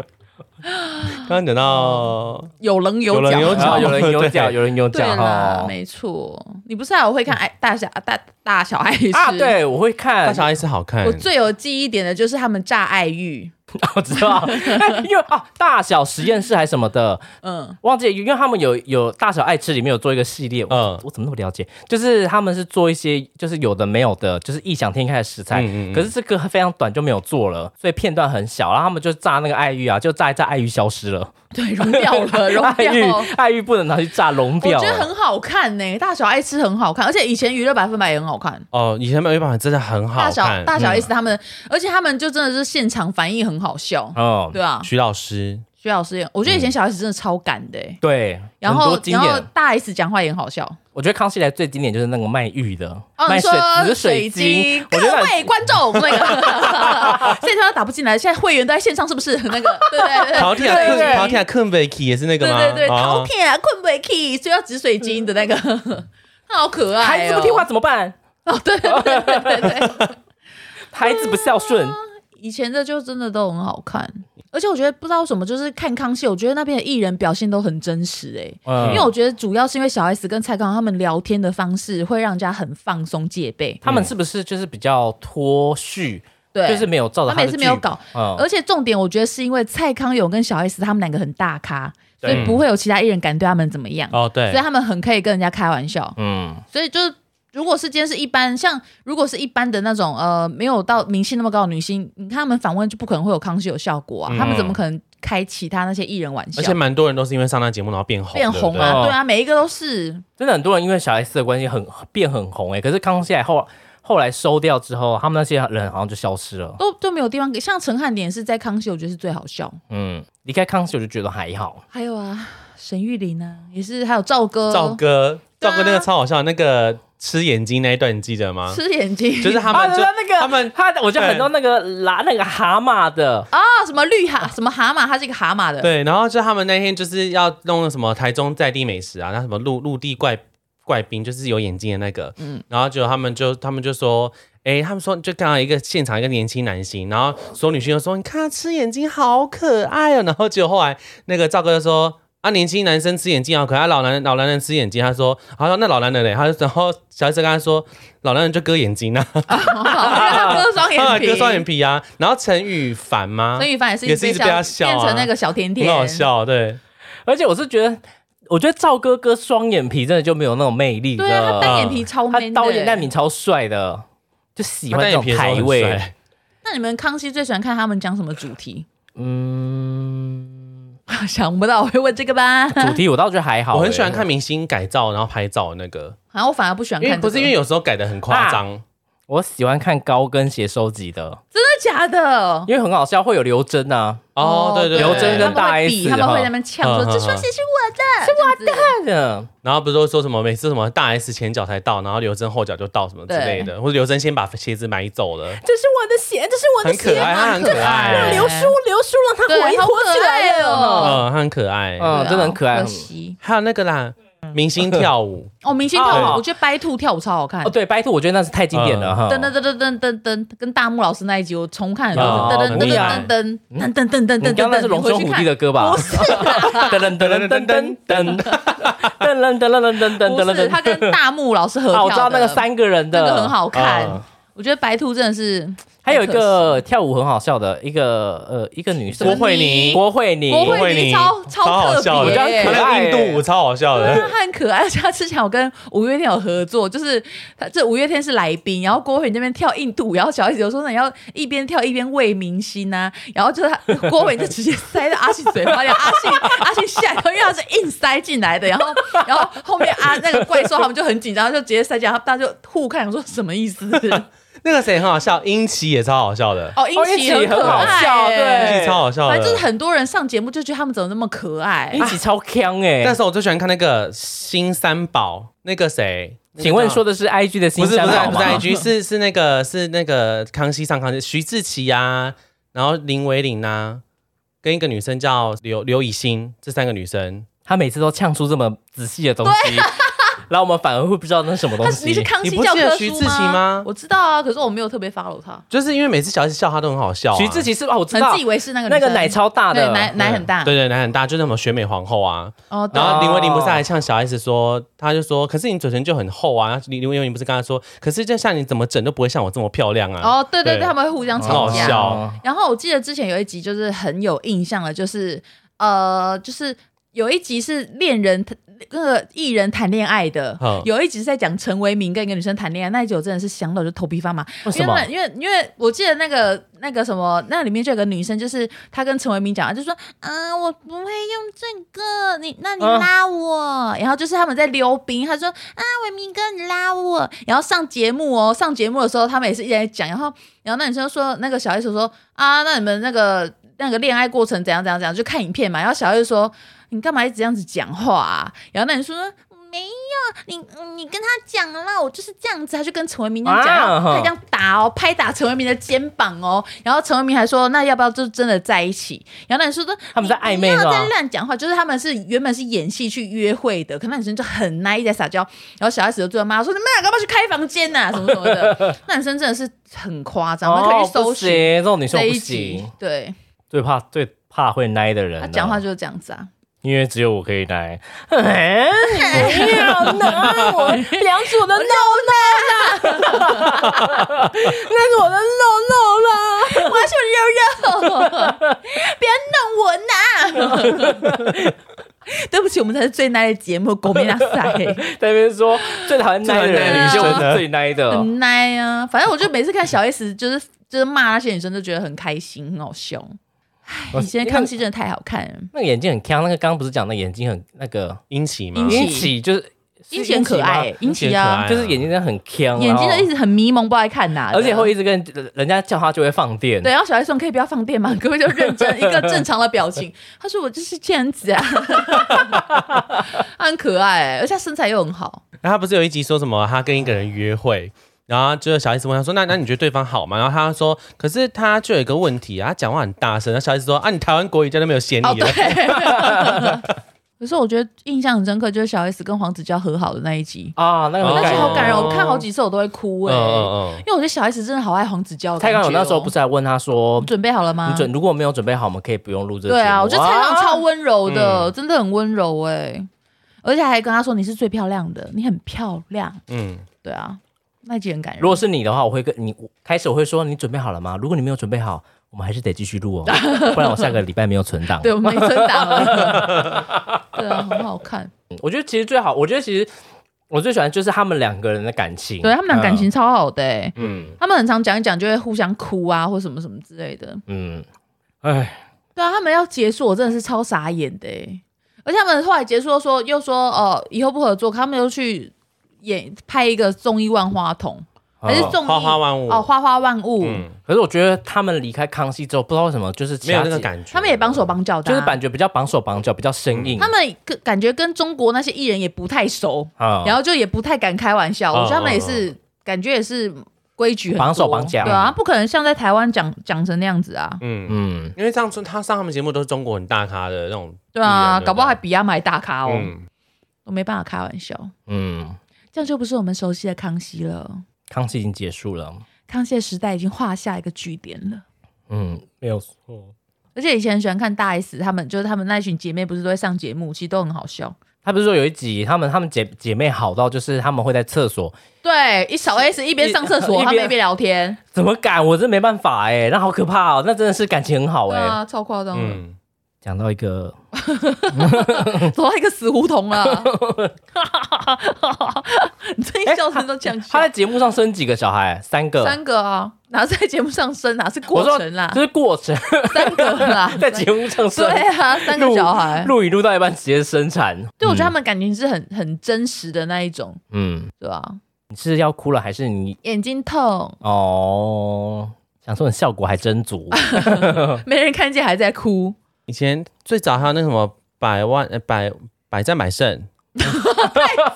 [SPEAKER 3] 刚刚讲到，
[SPEAKER 1] 有棱有角，
[SPEAKER 3] 有棱有
[SPEAKER 2] 啊
[SPEAKER 3] 角
[SPEAKER 2] 有人有角，
[SPEAKER 3] 对
[SPEAKER 2] 有人有
[SPEAKER 1] 哦对
[SPEAKER 2] 角
[SPEAKER 1] 啦
[SPEAKER 2] 哈，。
[SPEAKER 1] 没错。你不是还有会看爱大小大大小爱是
[SPEAKER 2] 啊，。对，我会看
[SPEAKER 3] 大，小爱是好看
[SPEAKER 1] 我，最有记忆点的就是他们炸爱玉，
[SPEAKER 2] 我知道，哎因为啊，大小实验室还什么的，
[SPEAKER 1] 嗯，
[SPEAKER 2] 忘记，因为他们有有大小爱吃里面有做一个系列，嗯
[SPEAKER 3] 嗯，
[SPEAKER 2] 我怎么那么了解？就是他们是做一些就是有的没有的，就是异想天开的食材，
[SPEAKER 3] 嗯嗯嗯
[SPEAKER 2] 可是这个非常短就没有做了，所以片段很小，然后他们就炸那个爱玉啊，就炸一炸爱玉消失了，
[SPEAKER 1] 对，融掉了，融
[SPEAKER 2] 爱
[SPEAKER 1] 掉
[SPEAKER 2] 玉
[SPEAKER 1] 了。
[SPEAKER 2] 爱玉不能拿去炸，融
[SPEAKER 1] 我
[SPEAKER 2] 掉
[SPEAKER 1] 觉得
[SPEAKER 2] 了。
[SPEAKER 1] 很好看呢、大小爱吃很好看，而且以前娱乐百分百也很好看。
[SPEAKER 3] 哦，以前没有办法，真的很好
[SPEAKER 1] 大
[SPEAKER 3] 看
[SPEAKER 1] 小，大小
[SPEAKER 3] 嗯
[SPEAKER 1] S 他们，而且他们就真的是现场反应很好笑，
[SPEAKER 2] 嗯，
[SPEAKER 1] 对啊。
[SPEAKER 3] 徐老师，
[SPEAKER 1] 徐老师也，我觉得以前小 S 真的超敢的、欸，
[SPEAKER 2] 对，
[SPEAKER 1] 然
[SPEAKER 2] 嗯很
[SPEAKER 1] 后
[SPEAKER 2] 多经
[SPEAKER 1] 然后
[SPEAKER 2] 典。
[SPEAKER 1] 大 S 讲话也很好笑。
[SPEAKER 2] 我觉得康熙来最经典就是那个卖玉的，
[SPEAKER 1] 哦，
[SPEAKER 2] 卖
[SPEAKER 1] 你
[SPEAKER 2] 水
[SPEAKER 1] 说
[SPEAKER 2] 紫水晶，我
[SPEAKER 1] 各
[SPEAKER 2] 觉得很
[SPEAKER 1] 位观众，那个现在都打不进来，现在会员都在线上，是不是？ 那个对对对
[SPEAKER 3] 陶铁
[SPEAKER 2] 对对
[SPEAKER 3] 克陶铁克维啊奇也是那个
[SPEAKER 1] 对
[SPEAKER 3] 吗？
[SPEAKER 1] 对对，
[SPEAKER 3] 哦
[SPEAKER 1] 陶片啊，困不起，所以要紫水晶的那个， 他好可爱、哦，
[SPEAKER 2] 孩子不听话怎么办？
[SPEAKER 1] 哦，对对 对对对对，
[SPEAKER 2] 孩子不孝顺，
[SPEAKER 1] 以前的就真的都很好看，而且我觉得不知道为什么，就是看康熙，我觉得那边的艺人表现都很真实、欸，
[SPEAKER 2] 嗯
[SPEAKER 1] 因为我觉得主要是因为小 S 跟蔡康永他们聊天的方式会让人家很放松戒备，
[SPEAKER 2] 他们是不是就是比较脱序？
[SPEAKER 1] 对，
[SPEAKER 2] 就是没有照着
[SPEAKER 1] 他们也
[SPEAKER 2] 的
[SPEAKER 1] 是没有
[SPEAKER 2] 剧本
[SPEAKER 1] 搞，
[SPEAKER 2] 嗯，
[SPEAKER 1] 而且重点，我觉得是因为蔡康永跟小 S 他们两个很大咖，所
[SPEAKER 2] 对
[SPEAKER 1] 以不会有其他艺人敢对他们怎么样，
[SPEAKER 3] 哦
[SPEAKER 1] 所以
[SPEAKER 3] 对，
[SPEAKER 1] 他们很可以跟人家开玩笑。
[SPEAKER 2] 嗯，
[SPEAKER 1] 所以就是，如果是今天是一般，像如果是一般的那种呃，没有到明星那么高的女星，你看他们访问就不可能会有康熙有效果啊，他们怎么可能开其他那些艺人玩
[SPEAKER 3] 嗯而且
[SPEAKER 1] 笑？
[SPEAKER 3] 蛮多人都是因为上那节目然后变红，
[SPEAKER 1] 变红
[SPEAKER 3] 对不对
[SPEAKER 1] 啊，
[SPEAKER 2] 对
[SPEAKER 1] 对啊，每一个都是。
[SPEAKER 2] 真的很多人因为小 S 的关系很变很红哎、可是康熙来后后来收掉之后，他们那些人好像就消失了。
[SPEAKER 1] 都都没有地方给，像陈汉典也是在康熙，我觉得是最好笑。
[SPEAKER 2] 嗯，离开康熙我就觉得还好，
[SPEAKER 1] 还有啊，沈玉琳啊，也是，还有赵哥，
[SPEAKER 3] 赵哥，
[SPEAKER 1] 对
[SPEAKER 3] 赵
[SPEAKER 1] 啊
[SPEAKER 3] 哥那个超好笑，那个吃眼睛那一段你记得吗？
[SPEAKER 1] 吃眼睛，
[SPEAKER 3] 啊就是他们就
[SPEAKER 2] 啊那个
[SPEAKER 3] 他们
[SPEAKER 2] 他我就很多那个拉那个蛤蟆的，
[SPEAKER 1] 啊，什么绿蛤，什么蛤蟆，他是一个蛤蟆的，
[SPEAKER 3] 对，然后就他们那天就是要弄什么台中在地美食啊，那什么陆陆地怪怪兵，就是有眼睛的那个，嗯，然后就他们就他们就说。哎、他们说就刚好一个现场一个年轻男星，然后所有女性就说：“你看他吃眼睛好可爱哦。”然后结果后来那个赵哥就说：“啊，年轻男生吃眼睛好可爱，老男老男人吃眼睛。”他说：“他说那老男人嘞？”他就然后小 S 跟他说：“老男人就割眼 睛啊，
[SPEAKER 1] 好好因为 他割双
[SPEAKER 3] 啊
[SPEAKER 1] 眼皮，
[SPEAKER 3] 割双眼皮啊。”然后陈宇凡吗？
[SPEAKER 1] 陈羽凡也是
[SPEAKER 3] 也是一直被他
[SPEAKER 1] 笑
[SPEAKER 3] 笑
[SPEAKER 1] 变
[SPEAKER 3] 啊
[SPEAKER 1] 成那 个小甜
[SPEAKER 3] 很
[SPEAKER 1] 甜，
[SPEAKER 3] 好笑，啊对。
[SPEAKER 2] 而且我是觉得，我觉得赵哥哥双眼皮真的就没有那种魅力了。
[SPEAKER 1] 对啊，他单眼皮超
[SPEAKER 2] 他
[SPEAKER 1] man 的欸
[SPEAKER 2] 导演戴敏超帅的，就喜欢这种排位。
[SPEAKER 1] 那你们康熙最喜欢看他们讲什么主题？
[SPEAKER 2] 嗯，
[SPEAKER 1] 想不到我会问这个吧？
[SPEAKER 2] 主题我倒觉得还好、
[SPEAKER 3] 我很喜欢
[SPEAKER 2] 欸
[SPEAKER 3] 看明星改造然后拍照的那个，
[SPEAKER 1] 好像我反而不喜欢
[SPEAKER 3] 因
[SPEAKER 1] 嗯看、这
[SPEAKER 3] 为
[SPEAKER 1] 个，
[SPEAKER 3] 不是因为有时候改的很夸张，
[SPEAKER 2] 我喜欢看高跟鞋收集的，
[SPEAKER 1] 真的假的？
[SPEAKER 2] 因为很好笑，会有刘真啊，
[SPEAKER 3] 哦，对对，对
[SPEAKER 2] 哦刘真跟大 S
[SPEAKER 1] 他们会比他们会
[SPEAKER 2] 哈
[SPEAKER 1] 在那边呛说
[SPEAKER 3] 嗯嗯嗯
[SPEAKER 1] 这双鞋是我的，是我的。
[SPEAKER 2] 嗯
[SPEAKER 3] 然后不是都说什么每次什么大 S 前脚才到，然后刘真后脚就到什么之类的，或者刘真先把鞋子买走了，
[SPEAKER 2] 这是我的鞋，这是我
[SPEAKER 3] 很可爱，他很可
[SPEAKER 1] 让
[SPEAKER 2] 啊
[SPEAKER 3] 爱，
[SPEAKER 1] 刘叔
[SPEAKER 2] 刘叔让他
[SPEAKER 1] 对好可爱哦
[SPEAKER 3] 嗯，他很可爱。
[SPEAKER 2] 嗯真的很可爱
[SPEAKER 1] 可惜
[SPEAKER 3] 还有那个啦，明星 跳舞，
[SPEAKER 1] 哦，明星跳
[SPEAKER 2] 哦
[SPEAKER 1] 舞，我觉得白兔跳舞超好看
[SPEAKER 2] 哦，。对，白兔我觉得那是太经典了哈。
[SPEAKER 1] 噔噔噔噔噔噔噔，跟大木老师那一集我重看了
[SPEAKER 3] 哦
[SPEAKER 1] 多次，噔
[SPEAKER 3] 很厉
[SPEAKER 1] 噔
[SPEAKER 3] 害
[SPEAKER 1] 噔噔噔噔噔噔噔
[SPEAKER 2] 你
[SPEAKER 1] 噔
[SPEAKER 2] 刚刚那
[SPEAKER 1] 噔，
[SPEAKER 2] 是龙
[SPEAKER 1] 回
[SPEAKER 2] 兄
[SPEAKER 1] 去
[SPEAKER 2] 虎
[SPEAKER 1] 看
[SPEAKER 2] 弟的歌吧？
[SPEAKER 1] 不是啦，
[SPEAKER 2] 噔噔噔噔噔噔噔噔噔噔噔噔噔噔
[SPEAKER 1] 不是，他跟大木老师合
[SPEAKER 2] 啊，
[SPEAKER 1] 跳
[SPEAKER 2] 我
[SPEAKER 1] 的，
[SPEAKER 2] 知道那个三个人的，
[SPEAKER 1] 那个很好看
[SPEAKER 3] 嗯。
[SPEAKER 1] 我觉得白兔真的是，
[SPEAKER 2] 还有一
[SPEAKER 1] 很可
[SPEAKER 2] 个跳舞很好笑的，一个呃，一个女
[SPEAKER 1] 什么
[SPEAKER 2] 生
[SPEAKER 3] 郭慧妮
[SPEAKER 2] 郭慧妮，
[SPEAKER 1] 郭慧妮
[SPEAKER 3] 妮
[SPEAKER 1] 超超
[SPEAKER 3] 好笑
[SPEAKER 1] 特
[SPEAKER 3] 的，
[SPEAKER 1] 别
[SPEAKER 3] 他那个印度舞超好笑
[SPEAKER 1] 惜，
[SPEAKER 3] 的，
[SPEAKER 1] 他很可爱。 而且他之前有跟五月天有合作，就是他这五月天是来宾，然后郭慧妮那边跳印度舞，然后小 S 有说那你要一边跳一边喂明星啊，然后就是他郭慧妮就直接塞到阿信嘴巴里，阿信阿信吓到，因为他是硬塞进来的，然后然后后面阿那个怪兽他们就很紧张，就直接塞进来，他们大家就互看，我说什么意 思？
[SPEAKER 3] 那个谁很好笑，殷琦也超好笑的，
[SPEAKER 1] 哦，英
[SPEAKER 2] 哦英
[SPEAKER 1] 奇
[SPEAKER 2] 奇
[SPEAKER 1] 可
[SPEAKER 2] 很好
[SPEAKER 1] 爱
[SPEAKER 2] 笑
[SPEAKER 1] 欸
[SPEAKER 2] 对
[SPEAKER 3] 殷琦超好笑
[SPEAKER 1] 反
[SPEAKER 3] 的
[SPEAKER 1] 正。就是很多人上节目就觉得他们怎么那么可爱，
[SPEAKER 2] 一起超强哎
[SPEAKER 3] 那。时候我最喜欢看那个新三宝，那个谁，
[SPEAKER 2] 请问说
[SPEAKER 3] 的
[SPEAKER 2] 的是 I G 的新
[SPEAKER 3] 不是
[SPEAKER 2] 三
[SPEAKER 3] 不是
[SPEAKER 2] 宝
[SPEAKER 3] 不是
[SPEAKER 2] 吗？
[SPEAKER 3] IG 是是那个是那个康熙上康熙，徐志奇啊，然后林维玲啊，跟一个女生叫刘刘以欣，这三个女生。
[SPEAKER 2] 他每次都呛出这么仔细的东西， 然后我们反而会不知道哦那是什么东
[SPEAKER 1] 啊他是你是
[SPEAKER 2] 西。
[SPEAKER 1] 康熙
[SPEAKER 3] 你不
[SPEAKER 1] 教
[SPEAKER 3] 记得
[SPEAKER 1] 科
[SPEAKER 3] 徐
[SPEAKER 1] 书
[SPEAKER 3] 志奇吗
[SPEAKER 1] 我知道啊，可是我没有特别 follow 他，
[SPEAKER 3] 就是因为每次小 S 笑她都很好笑、啊，
[SPEAKER 2] 徐志
[SPEAKER 3] 奇
[SPEAKER 2] 奇是吧？哦我知
[SPEAKER 1] 很
[SPEAKER 2] 道
[SPEAKER 1] 自以为是那个
[SPEAKER 2] 那个
[SPEAKER 1] 女生
[SPEAKER 2] 奶超大
[SPEAKER 1] 对
[SPEAKER 2] 的，
[SPEAKER 1] 奶奶很大，
[SPEAKER 3] 对对奶很大，就是什么选美皇后啊。
[SPEAKER 1] 哦，对
[SPEAKER 3] 然
[SPEAKER 2] 啊
[SPEAKER 3] 后林维玲不是还呛小 S 说，她就说，可是你嘴唇就很厚啊。林林维玲不是跟她说，可是就像你怎么整都不会像我这么漂亮啊。
[SPEAKER 1] 哦，对对对，
[SPEAKER 3] 对
[SPEAKER 1] 他们会互相
[SPEAKER 3] 很好
[SPEAKER 1] 吵架。
[SPEAKER 3] 笑
[SPEAKER 1] 然后我记得之前有一集就是很有印象的，就是呃，就是有一集是恋人那个艺人谈恋爱的
[SPEAKER 3] 嗯，
[SPEAKER 1] 有一集是在讲陈为民跟一个女生谈恋爱，那一集我真的是想到就头皮发麻。
[SPEAKER 2] 为
[SPEAKER 1] 因
[SPEAKER 2] 什
[SPEAKER 1] 为
[SPEAKER 2] 么
[SPEAKER 1] 那？因为因为我记得那个那个什么，那里面就有个女生，就是她跟陈为民讲，就说，嗯、我不会用这个，你那你
[SPEAKER 2] 啊
[SPEAKER 1] 拉我，然后就是他们在溜冰，她说，啊，为民哥你拉我，然后上节目哦，上节目的时候他们也是一直在讲，然后然后那女生就说，那个小 S 说，啊，那你们那个那个恋爱过程怎样怎样怎样，就看影片嘛，然后小 S 就说，你干嘛一直这样子讲话啊？然后那女生说。没有，你你跟他讲了，我就是这样子，他就跟陈为民这样讲，
[SPEAKER 2] 啊
[SPEAKER 1] 然后他
[SPEAKER 2] 哈
[SPEAKER 1] 这样打哦，拍打陈为民的肩膀哦，然后陈为民还说，那要不要就真的在一起？然后那女生说，
[SPEAKER 2] 他们在暧昧
[SPEAKER 1] 你不要
[SPEAKER 2] 是吧
[SPEAKER 1] 再乱讲话，就是他们是原本是演戏去约会的，可那女生就很 nice 在撒娇，然后小 S 就对他妈说，你们两个要不要去开房间 呐、什么什么的，那女生真的是很夸张，我们可以
[SPEAKER 2] 哦
[SPEAKER 1] 去，
[SPEAKER 2] 不
[SPEAKER 1] 搜
[SPEAKER 2] 行，
[SPEAKER 1] 寻
[SPEAKER 2] 这种女生
[SPEAKER 1] 这
[SPEAKER 2] 我不
[SPEAKER 1] 一集
[SPEAKER 2] 行，，
[SPEAKER 1] 对
[SPEAKER 2] 最怕最怕会奶的人了。
[SPEAKER 1] 他讲话就是这样子啊，
[SPEAKER 2] 因为只有我可以 来。不要拿我，量是我的肉肉啦，那是我的肉
[SPEAKER 1] 我要去揉揉，不要弄我呐！对不起，我们才是最 nice 的节目，狗没拉塞，
[SPEAKER 2] 啦。在那边说最讨厌奶的
[SPEAKER 1] 最讨厌奶
[SPEAKER 2] 人，
[SPEAKER 1] 的
[SPEAKER 2] 就
[SPEAKER 1] 女
[SPEAKER 2] 我
[SPEAKER 1] 生
[SPEAKER 2] 是最奶的。
[SPEAKER 1] 很 nice 啊。反正我就每次看小 S，就是就是骂那些女生，就觉得很开心，很好笑。唉，以前康熙真的太好看了，
[SPEAKER 2] 那个眼睛很强，那个刚刚不是讲那个眼睛很那个
[SPEAKER 3] 殷琦吗
[SPEAKER 1] 殷？琦
[SPEAKER 2] 引起就是
[SPEAKER 1] 英奇很可爱、欸，英奇啊，
[SPEAKER 3] 吗
[SPEAKER 2] 就是眼睛真的很强，
[SPEAKER 1] 眼睛
[SPEAKER 2] 然
[SPEAKER 1] 就
[SPEAKER 2] 后
[SPEAKER 1] 一直很迷蒙，不知道在看哪的，啊
[SPEAKER 2] 而且会一直跟人家叫他就会放电。
[SPEAKER 1] 对，然后小 S 说：“可以不要放电吗？ 各位就认真一 个正常的表情。”他说：“我就是这样子啊， 他很可爱、而且他身材又很好。
[SPEAKER 3] 然后他不是有一集说什么他跟一个人约会，然后就是小 S 问他说：“那那你觉得对方好吗？”然后他说：“可是他就有一个问题啊，他讲话很大声。”然后小 S 说：“啊，你台湾国语家都没有嫌啊
[SPEAKER 1] 哦，
[SPEAKER 3] 你了。
[SPEAKER 1] 对。 可是我觉得印象很深刻，就是小 S 跟黄子佼和好的那一集，
[SPEAKER 2] 啊，那个
[SPEAKER 1] 哦那
[SPEAKER 2] 很
[SPEAKER 1] 集
[SPEAKER 2] 人
[SPEAKER 1] 好感人，我看好几次我都会哭哎、
[SPEAKER 3] 嗯嗯
[SPEAKER 1] 因为我觉得小 S 真的好爱黄子佼的
[SPEAKER 2] 哦蔡
[SPEAKER 1] 感觉哦。
[SPEAKER 2] 康永那时候不是还问他说
[SPEAKER 1] 你：“准备好了吗？
[SPEAKER 2] 你准如果没有准备好，我们可以不用录这个
[SPEAKER 1] 对
[SPEAKER 2] 节
[SPEAKER 1] 啊，
[SPEAKER 2] 目
[SPEAKER 1] 我觉得蔡康永超
[SPEAKER 2] 啊
[SPEAKER 1] 温柔的，真的很温柔哎、而且还跟他说你是最漂亮的，你很漂亮。
[SPEAKER 3] 嗯
[SPEAKER 1] 对啊，那一集很感人。
[SPEAKER 2] 如果是你的话，我会跟你我开始我会说你准备好了吗？如果你没有准备好，我们还是得继 续录哦，不然我下个礼拜没有存档。
[SPEAKER 1] 对，我没存档了。对啊，很好看。
[SPEAKER 2] 我觉得其实最好，我觉得其实我最喜欢就是他们两个人的感情，
[SPEAKER 1] 对他们俩感情超好的、欸，
[SPEAKER 3] 嗯
[SPEAKER 1] 他们很常讲一讲就会互相哭啊，或什么什么之类的。
[SPEAKER 2] 嗯，哎，
[SPEAKER 1] 对啊，他们要结束，我真的是超傻眼的欸而且他们后来结束又说，又说哦，以后不合作，他们又去演拍一个综艺《万花筒》，还是
[SPEAKER 3] 哦
[SPEAKER 1] 综艺
[SPEAKER 3] 花花万物
[SPEAKER 1] 哦，花花万物，
[SPEAKER 3] 嗯，
[SPEAKER 2] 可是我觉得他们离开康熙之后，不知道为什么就是其
[SPEAKER 3] 没
[SPEAKER 2] 他
[SPEAKER 3] 有那个
[SPEAKER 2] 几，
[SPEAKER 3] 感觉，
[SPEAKER 1] 他们也帮手帮脚的
[SPEAKER 2] 就
[SPEAKER 1] 啊、
[SPEAKER 2] 是感觉比较绑手绑脚，比较生硬。
[SPEAKER 1] 他们跟感觉跟中国那些艺人也不太熟，
[SPEAKER 2] 啊
[SPEAKER 1] 然后就也不太敢开玩笑。我
[SPEAKER 3] 嗯
[SPEAKER 1] 觉得他们也是感觉也是规矩很多
[SPEAKER 2] 绑手绑脚
[SPEAKER 1] 对啊，不可能像在台湾讲讲成那样子啊。
[SPEAKER 3] 嗯。
[SPEAKER 2] 嗯，
[SPEAKER 3] 因为上次他上他们节目都是中国很大咖的那种，
[SPEAKER 1] 对啊，
[SPEAKER 3] 艺人对不对
[SPEAKER 1] 搞不好还比他们还大咖哦，
[SPEAKER 3] 嗯，
[SPEAKER 1] 我没办法开玩笑。
[SPEAKER 2] 嗯，
[SPEAKER 1] 这样就不是我们熟悉的康熙了，
[SPEAKER 2] 康熙已经结束了。
[SPEAKER 1] 康熙的时代已经画下一个句点了。
[SPEAKER 2] 嗯，没有
[SPEAKER 1] 哦
[SPEAKER 2] 错。
[SPEAKER 1] 而且以前很喜欢看大 S，他们就是他们那一群姐妹，不是都会上节目，其实都很好笑。
[SPEAKER 2] 他不是说有一集，他们他们姐姐妹好到就是他们会在厕所，
[SPEAKER 1] 对，一小 S 一边上厕
[SPEAKER 2] 一
[SPEAKER 1] 所，
[SPEAKER 2] 边
[SPEAKER 1] 他们一边聊天，
[SPEAKER 2] 怎么敢？我真没办法哎、那好可怕哦、那真的是感情很好
[SPEAKER 1] 对
[SPEAKER 2] 哎、
[SPEAKER 1] 啊，超夸张的。
[SPEAKER 3] 嗯，
[SPEAKER 2] 讲到一个，
[SPEAKER 1] 走到一个死胡同 了。 你这一笑声都这样笑
[SPEAKER 2] 哎他在节目上生几个小孩？三个。
[SPEAKER 1] 三个啊，哪是在节目上生啊？是
[SPEAKER 2] 我
[SPEAKER 1] 过
[SPEAKER 2] 说
[SPEAKER 1] 程啦
[SPEAKER 2] 就，是过程，
[SPEAKER 1] 三个啦
[SPEAKER 2] ，在节目上生
[SPEAKER 1] 对。啊，三个小孩。
[SPEAKER 2] 录影录到一半直接生产。
[SPEAKER 1] 对，我觉得他
[SPEAKER 2] 嗯
[SPEAKER 1] 们感情是很很真实的那一种，
[SPEAKER 2] 嗯，
[SPEAKER 1] 对吧？
[SPEAKER 2] 你是要哭了还是你
[SPEAKER 1] 眼睛痛，
[SPEAKER 2] 哦？想说你效果还真 足。
[SPEAKER 1] 没人看见还在哭，
[SPEAKER 3] 以前最早还有那什么百万呃百百战百胜，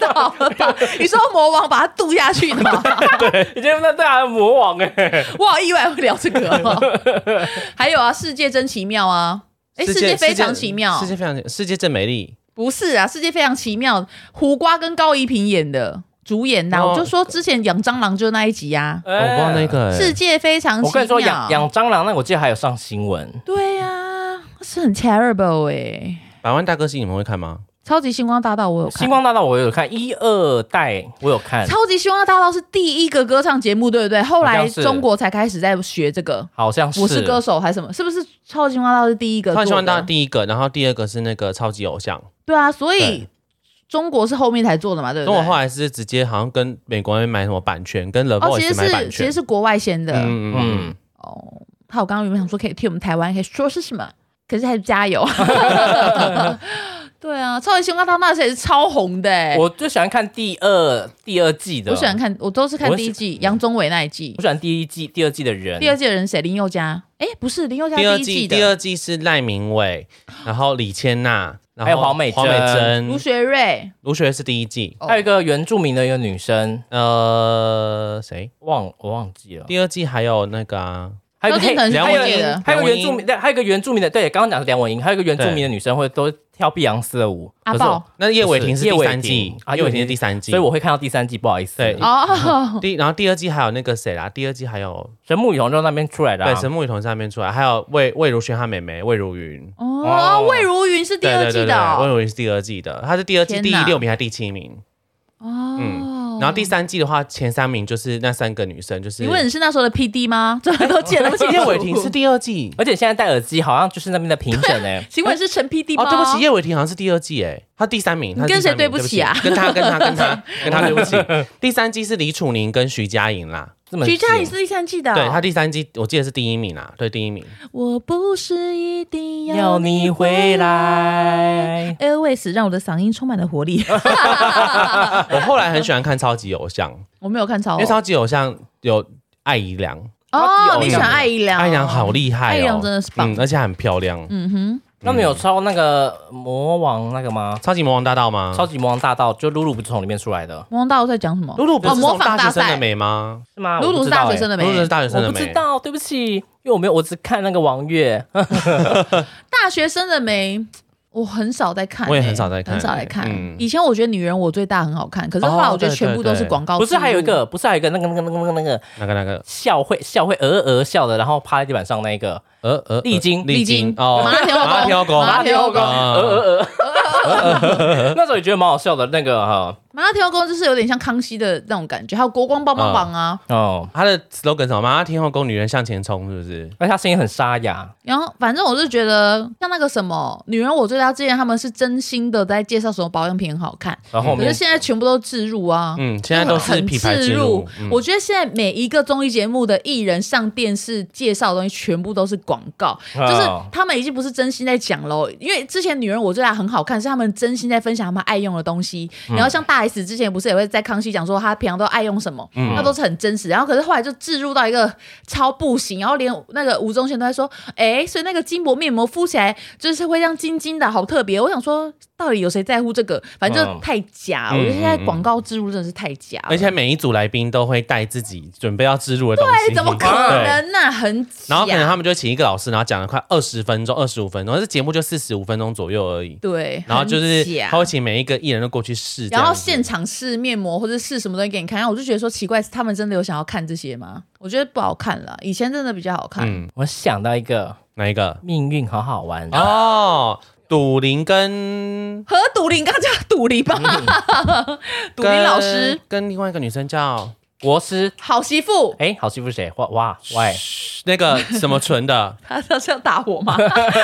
[SPEAKER 1] 早了吧？你说魔王把他渡下去的吗？
[SPEAKER 2] 你今天在对啊魔王哎、
[SPEAKER 1] 我好意外会聊这个哦。 还有啊，世界真奇妙啊！哎，世界非常奇妙，
[SPEAKER 3] 世界非常世界真美丽。
[SPEAKER 1] 不是啊，《世界非常奇妙》，胡瓜跟高一平演的，主演呐、
[SPEAKER 3] 哦
[SPEAKER 1] 我就说之前养蟑螂就那一集啊，
[SPEAKER 3] 我不知道那个欸
[SPEAKER 1] 世界非常奇妙》。
[SPEAKER 2] 我跟你说养养蟑螂，那我记得还有上新闻。
[SPEAKER 1] 对呀、是很 terrible 哎、
[SPEAKER 3] 百万大歌星你们会看吗？
[SPEAKER 1] 超级星光大道我有
[SPEAKER 2] 星
[SPEAKER 1] 看，
[SPEAKER 2] 光大道我有看，一二代我有看，
[SPEAKER 1] 超级星光大道是第一个歌唱节目，对不对？后
[SPEAKER 2] 好
[SPEAKER 1] 来
[SPEAKER 2] 像是
[SPEAKER 1] 中国才开始在学这个。
[SPEAKER 2] 好像是
[SPEAKER 1] 我是歌手还是什么？是不是超级星光大道是第一个
[SPEAKER 3] 《
[SPEAKER 1] 做
[SPEAKER 3] 超
[SPEAKER 1] 的？
[SPEAKER 3] 级星光大》第一个，然后第二个是那个超级偶像，
[SPEAKER 1] 对啊，所以
[SPEAKER 3] 对
[SPEAKER 1] 中国是后面才做的嘛，对不
[SPEAKER 3] 中
[SPEAKER 1] 对？
[SPEAKER 3] 国后来是直接好像跟美国那边买什么版权，跟 The
[SPEAKER 1] 哦，其实
[SPEAKER 3] Voice 买版
[SPEAKER 1] 是其
[SPEAKER 3] 权
[SPEAKER 1] 实。是国外先的，
[SPEAKER 3] 嗯
[SPEAKER 2] 嗯
[SPEAKER 3] 嗯嗯，
[SPEAKER 1] 哦，还有刚刚原本想说可以替我们台湾，可以说是什么？可是还是加 油。对啊，超级星光大道那时候也是超红的、欸。
[SPEAKER 2] 嗯我最喜欢看第二第二季的，
[SPEAKER 1] 我喜欢，看，我都是看
[SPEAKER 2] 我
[SPEAKER 1] 第一
[SPEAKER 2] 喜
[SPEAKER 1] 季，杨宗纬那一季
[SPEAKER 2] 我。喜欢第一季第二季的人，
[SPEAKER 1] 第二季的人谁？林宥嘉？哎、不是林宥嘉
[SPEAKER 3] 嗯第二
[SPEAKER 1] 第一
[SPEAKER 3] 季
[SPEAKER 1] 季
[SPEAKER 3] 第
[SPEAKER 1] 的，
[SPEAKER 3] 二季是赖明伟，然后李千娜，然后
[SPEAKER 2] 还有黄美
[SPEAKER 3] 黄美
[SPEAKER 2] 珍
[SPEAKER 1] 卢
[SPEAKER 3] 珍，
[SPEAKER 1] 学瑞。
[SPEAKER 3] 卢雪是第一季，
[SPEAKER 1] 哦
[SPEAKER 2] 还有一个原住民的一个女生，
[SPEAKER 3] 呃，谁？
[SPEAKER 2] 忘我忘记了，
[SPEAKER 3] 第二季还有那个啊，
[SPEAKER 2] 还有一个
[SPEAKER 1] 萧敬腾是
[SPEAKER 2] 还
[SPEAKER 1] 第二季的
[SPEAKER 2] 有一个还有一个原
[SPEAKER 3] 梁文音
[SPEAKER 2] 住民，对，还有一个原住民的，对，刚刚讲的梁文音，还有一个原住民的女生会都跳碧昂斯的舞，
[SPEAKER 1] 阿
[SPEAKER 2] 可是我
[SPEAKER 1] 豹
[SPEAKER 3] 那叶伟霆是
[SPEAKER 2] 叶
[SPEAKER 3] 第
[SPEAKER 2] 伟
[SPEAKER 3] 三季
[SPEAKER 2] 霆啊
[SPEAKER 3] 叶伟霆
[SPEAKER 2] 叶伟
[SPEAKER 3] 是
[SPEAKER 2] 霆
[SPEAKER 3] 第三季，
[SPEAKER 2] 所以我会看到第三季，不好意思，
[SPEAKER 3] 对
[SPEAKER 1] 哦，
[SPEAKER 3] 第然后第二季还有那个谁啦，第二季还有
[SPEAKER 2] 神木雨桐就那边出来的啊，
[SPEAKER 3] 对神木雨桐上面出来，还有魏魏如萱她妹妹魏如云，
[SPEAKER 1] 哦，魏如云是第
[SPEAKER 3] 对
[SPEAKER 1] 二
[SPEAKER 3] 对对
[SPEAKER 1] 季的
[SPEAKER 3] 对，魏
[SPEAKER 1] 哦。
[SPEAKER 3] 如云是第二季的，她是第二季
[SPEAKER 1] 天
[SPEAKER 3] 第
[SPEAKER 1] 哪
[SPEAKER 3] 六名还是第七名？
[SPEAKER 1] 哦
[SPEAKER 3] 嗯然后第，三季的话，前三名就是那三个女生，就是
[SPEAKER 1] 你问你是那时候的 P D 吗？ 这都记得那么 清楚。
[SPEAKER 3] 叶伟霆是第二季
[SPEAKER 2] 而且现在戴耳机好像就是那边的评 审 哎，
[SPEAKER 1] 请问是陈 P D 吗？
[SPEAKER 3] 哦，对不起，叶伟霆好像是第二季哎，他第三名，
[SPEAKER 1] 你
[SPEAKER 3] 他是
[SPEAKER 1] 跟
[SPEAKER 3] 第
[SPEAKER 1] 谁
[SPEAKER 3] 三名
[SPEAKER 1] 对不起啊
[SPEAKER 3] 跟他跟他 跟他跟他对不起。第三季是李楚宁跟徐佳莹啦，
[SPEAKER 2] 这么
[SPEAKER 1] 徐佳
[SPEAKER 2] 近
[SPEAKER 1] 莹是第三季的哦。
[SPEAKER 3] 对他第三季我记得是第一名啦，对第一名。
[SPEAKER 1] 我不是一定
[SPEAKER 2] 要你回。来。
[SPEAKER 1] Airways 让我的嗓音充满了活 力。
[SPEAKER 3] 我后来很喜欢看超级 偶像，
[SPEAKER 1] 我没有看超
[SPEAKER 3] 因为超级偶像有艾怡良，
[SPEAKER 1] 哦，
[SPEAKER 2] 超
[SPEAKER 1] 你喜欢艾怡良？
[SPEAKER 3] 艾怡良好厉害哦，
[SPEAKER 1] 艾怡良真的是棒
[SPEAKER 3] 嗯，而且还很漂亮。
[SPEAKER 1] 嗯哼，
[SPEAKER 2] 那你有抄那个魔王那个吗？
[SPEAKER 3] 超级魔王大道吗？
[SPEAKER 2] 超级魔王大道就露露不是从里面出来的，
[SPEAKER 1] 魔王大道在讲什么？
[SPEAKER 3] 露露不
[SPEAKER 1] 哦
[SPEAKER 3] 是
[SPEAKER 1] 模
[SPEAKER 3] 从
[SPEAKER 1] 仿
[SPEAKER 3] 大
[SPEAKER 1] 大
[SPEAKER 3] 学生
[SPEAKER 1] 赛
[SPEAKER 3] 的，美吗？
[SPEAKER 2] 是吗？
[SPEAKER 1] 露露是大学生
[SPEAKER 2] 的，
[SPEAKER 1] 的
[SPEAKER 3] 露露是
[SPEAKER 1] 没？
[SPEAKER 3] 大学生
[SPEAKER 2] 我
[SPEAKER 3] 的
[SPEAKER 2] 不知
[SPEAKER 3] 美。
[SPEAKER 2] 道，对不起，因为我没有，我只看那个王月。
[SPEAKER 1] 大学生的没？我很少在看欸，
[SPEAKER 3] 我也很少在看
[SPEAKER 1] 很少在看
[SPEAKER 3] 嗯。
[SPEAKER 1] 以前我觉得《女人我最大》很好看，可是后来
[SPEAKER 3] 哦
[SPEAKER 1] 我觉得
[SPEAKER 3] 对
[SPEAKER 1] 全部都是
[SPEAKER 3] 对对
[SPEAKER 1] 广告植
[SPEAKER 2] 不
[SPEAKER 1] 入。
[SPEAKER 2] 是还有一个，不是还有一个那个那个那个那个那个
[SPEAKER 3] 那个那个，
[SPEAKER 2] 笑会笑会鹅鹅笑的，然后趴在地板上那一个
[SPEAKER 3] 呃呃，
[SPEAKER 2] 丽晶
[SPEAKER 1] 丽晶
[SPEAKER 3] 哦，
[SPEAKER 1] 麻辣天后宫
[SPEAKER 3] 麻辣天后宫，
[SPEAKER 1] 麻辣天后宫
[SPEAKER 3] 啊
[SPEAKER 2] 那时候也觉得蛮好笑的那个哈
[SPEAKER 1] 麻辣天后宫就是有点像康熙的那种感觉，还有国光帮帮榜
[SPEAKER 3] 嗯
[SPEAKER 1] 啊。
[SPEAKER 2] 哦，
[SPEAKER 3] 他的 slogan 是什么？麻辣天后宫，女人向前冲，是不是？
[SPEAKER 2] 而且他声音很沙哑，
[SPEAKER 1] 然后反正我是觉得像那个什么《女人我最大》之前，他们是真心的在介绍什么保养品很好看，
[SPEAKER 2] 然后后
[SPEAKER 1] 可是
[SPEAKER 2] 面
[SPEAKER 1] 现在全部都置入啊。
[SPEAKER 3] 嗯，现在都是
[SPEAKER 1] 很
[SPEAKER 3] 品牌
[SPEAKER 1] 置
[SPEAKER 3] 植入，嗯
[SPEAKER 1] 我觉得现在每一个综艺节目的艺人上电视介绍的东西，全部都是广告，
[SPEAKER 3] 啊
[SPEAKER 1] 就是他们已经不是真心在讲喽。因为之前《女人我最大》很好看，是他们真心在分享他们爱用的东西。
[SPEAKER 3] 嗯
[SPEAKER 1] 然后像大 S 之前不是也会在康熙讲说她平常都爱用什么，
[SPEAKER 3] 嗯
[SPEAKER 1] 她都是很真实。然后可是后来就置入到一个超不行，然后连那个吴宗宪都在说，哎，所以那个金箔面膜敷起来就是会让金金的，好特别。我想说，到底有谁在乎这个？反正就太假，
[SPEAKER 3] 嗯
[SPEAKER 1] 我觉得现在广告植入真的是太假了。
[SPEAKER 3] 而且每一组来宾都会带自己准备要植入的东西，
[SPEAKER 1] 对，怎么可能呢、啊？很假。
[SPEAKER 3] 嗯哎然后可能他们就请一个老师，然后讲了快二十分钟、二十五分钟，这节目就四十五分钟左右而已。
[SPEAKER 1] 对，
[SPEAKER 3] 然后就是
[SPEAKER 1] 很假
[SPEAKER 3] 他会请每一个艺人都过去试，
[SPEAKER 1] 然后现场试面膜或者试什么东西给你看，然后我就觉得说奇怪，他们真的有想要看这些吗？我觉得不好看了，以前真的比较好看。
[SPEAKER 3] 嗯
[SPEAKER 2] 我想到一个
[SPEAKER 3] 哪一个？
[SPEAKER 2] 命运好好玩，
[SPEAKER 3] 哦，赌林跟
[SPEAKER 1] 和赌林，刚刚叫赌林吧， 赌林
[SPEAKER 3] 跟
[SPEAKER 1] 老师，
[SPEAKER 3] 跟另外一个女生叫
[SPEAKER 2] 国师。
[SPEAKER 1] 好媳妇，
[SPEAKER 2] 哎，好欺负谁？哇哇喂，
[SPEAKER 3] 那个什么
[SPEAKER 1] ，
[SPEAKER 3] 纯的
[SPEAKER 1] 他他是要打我吗？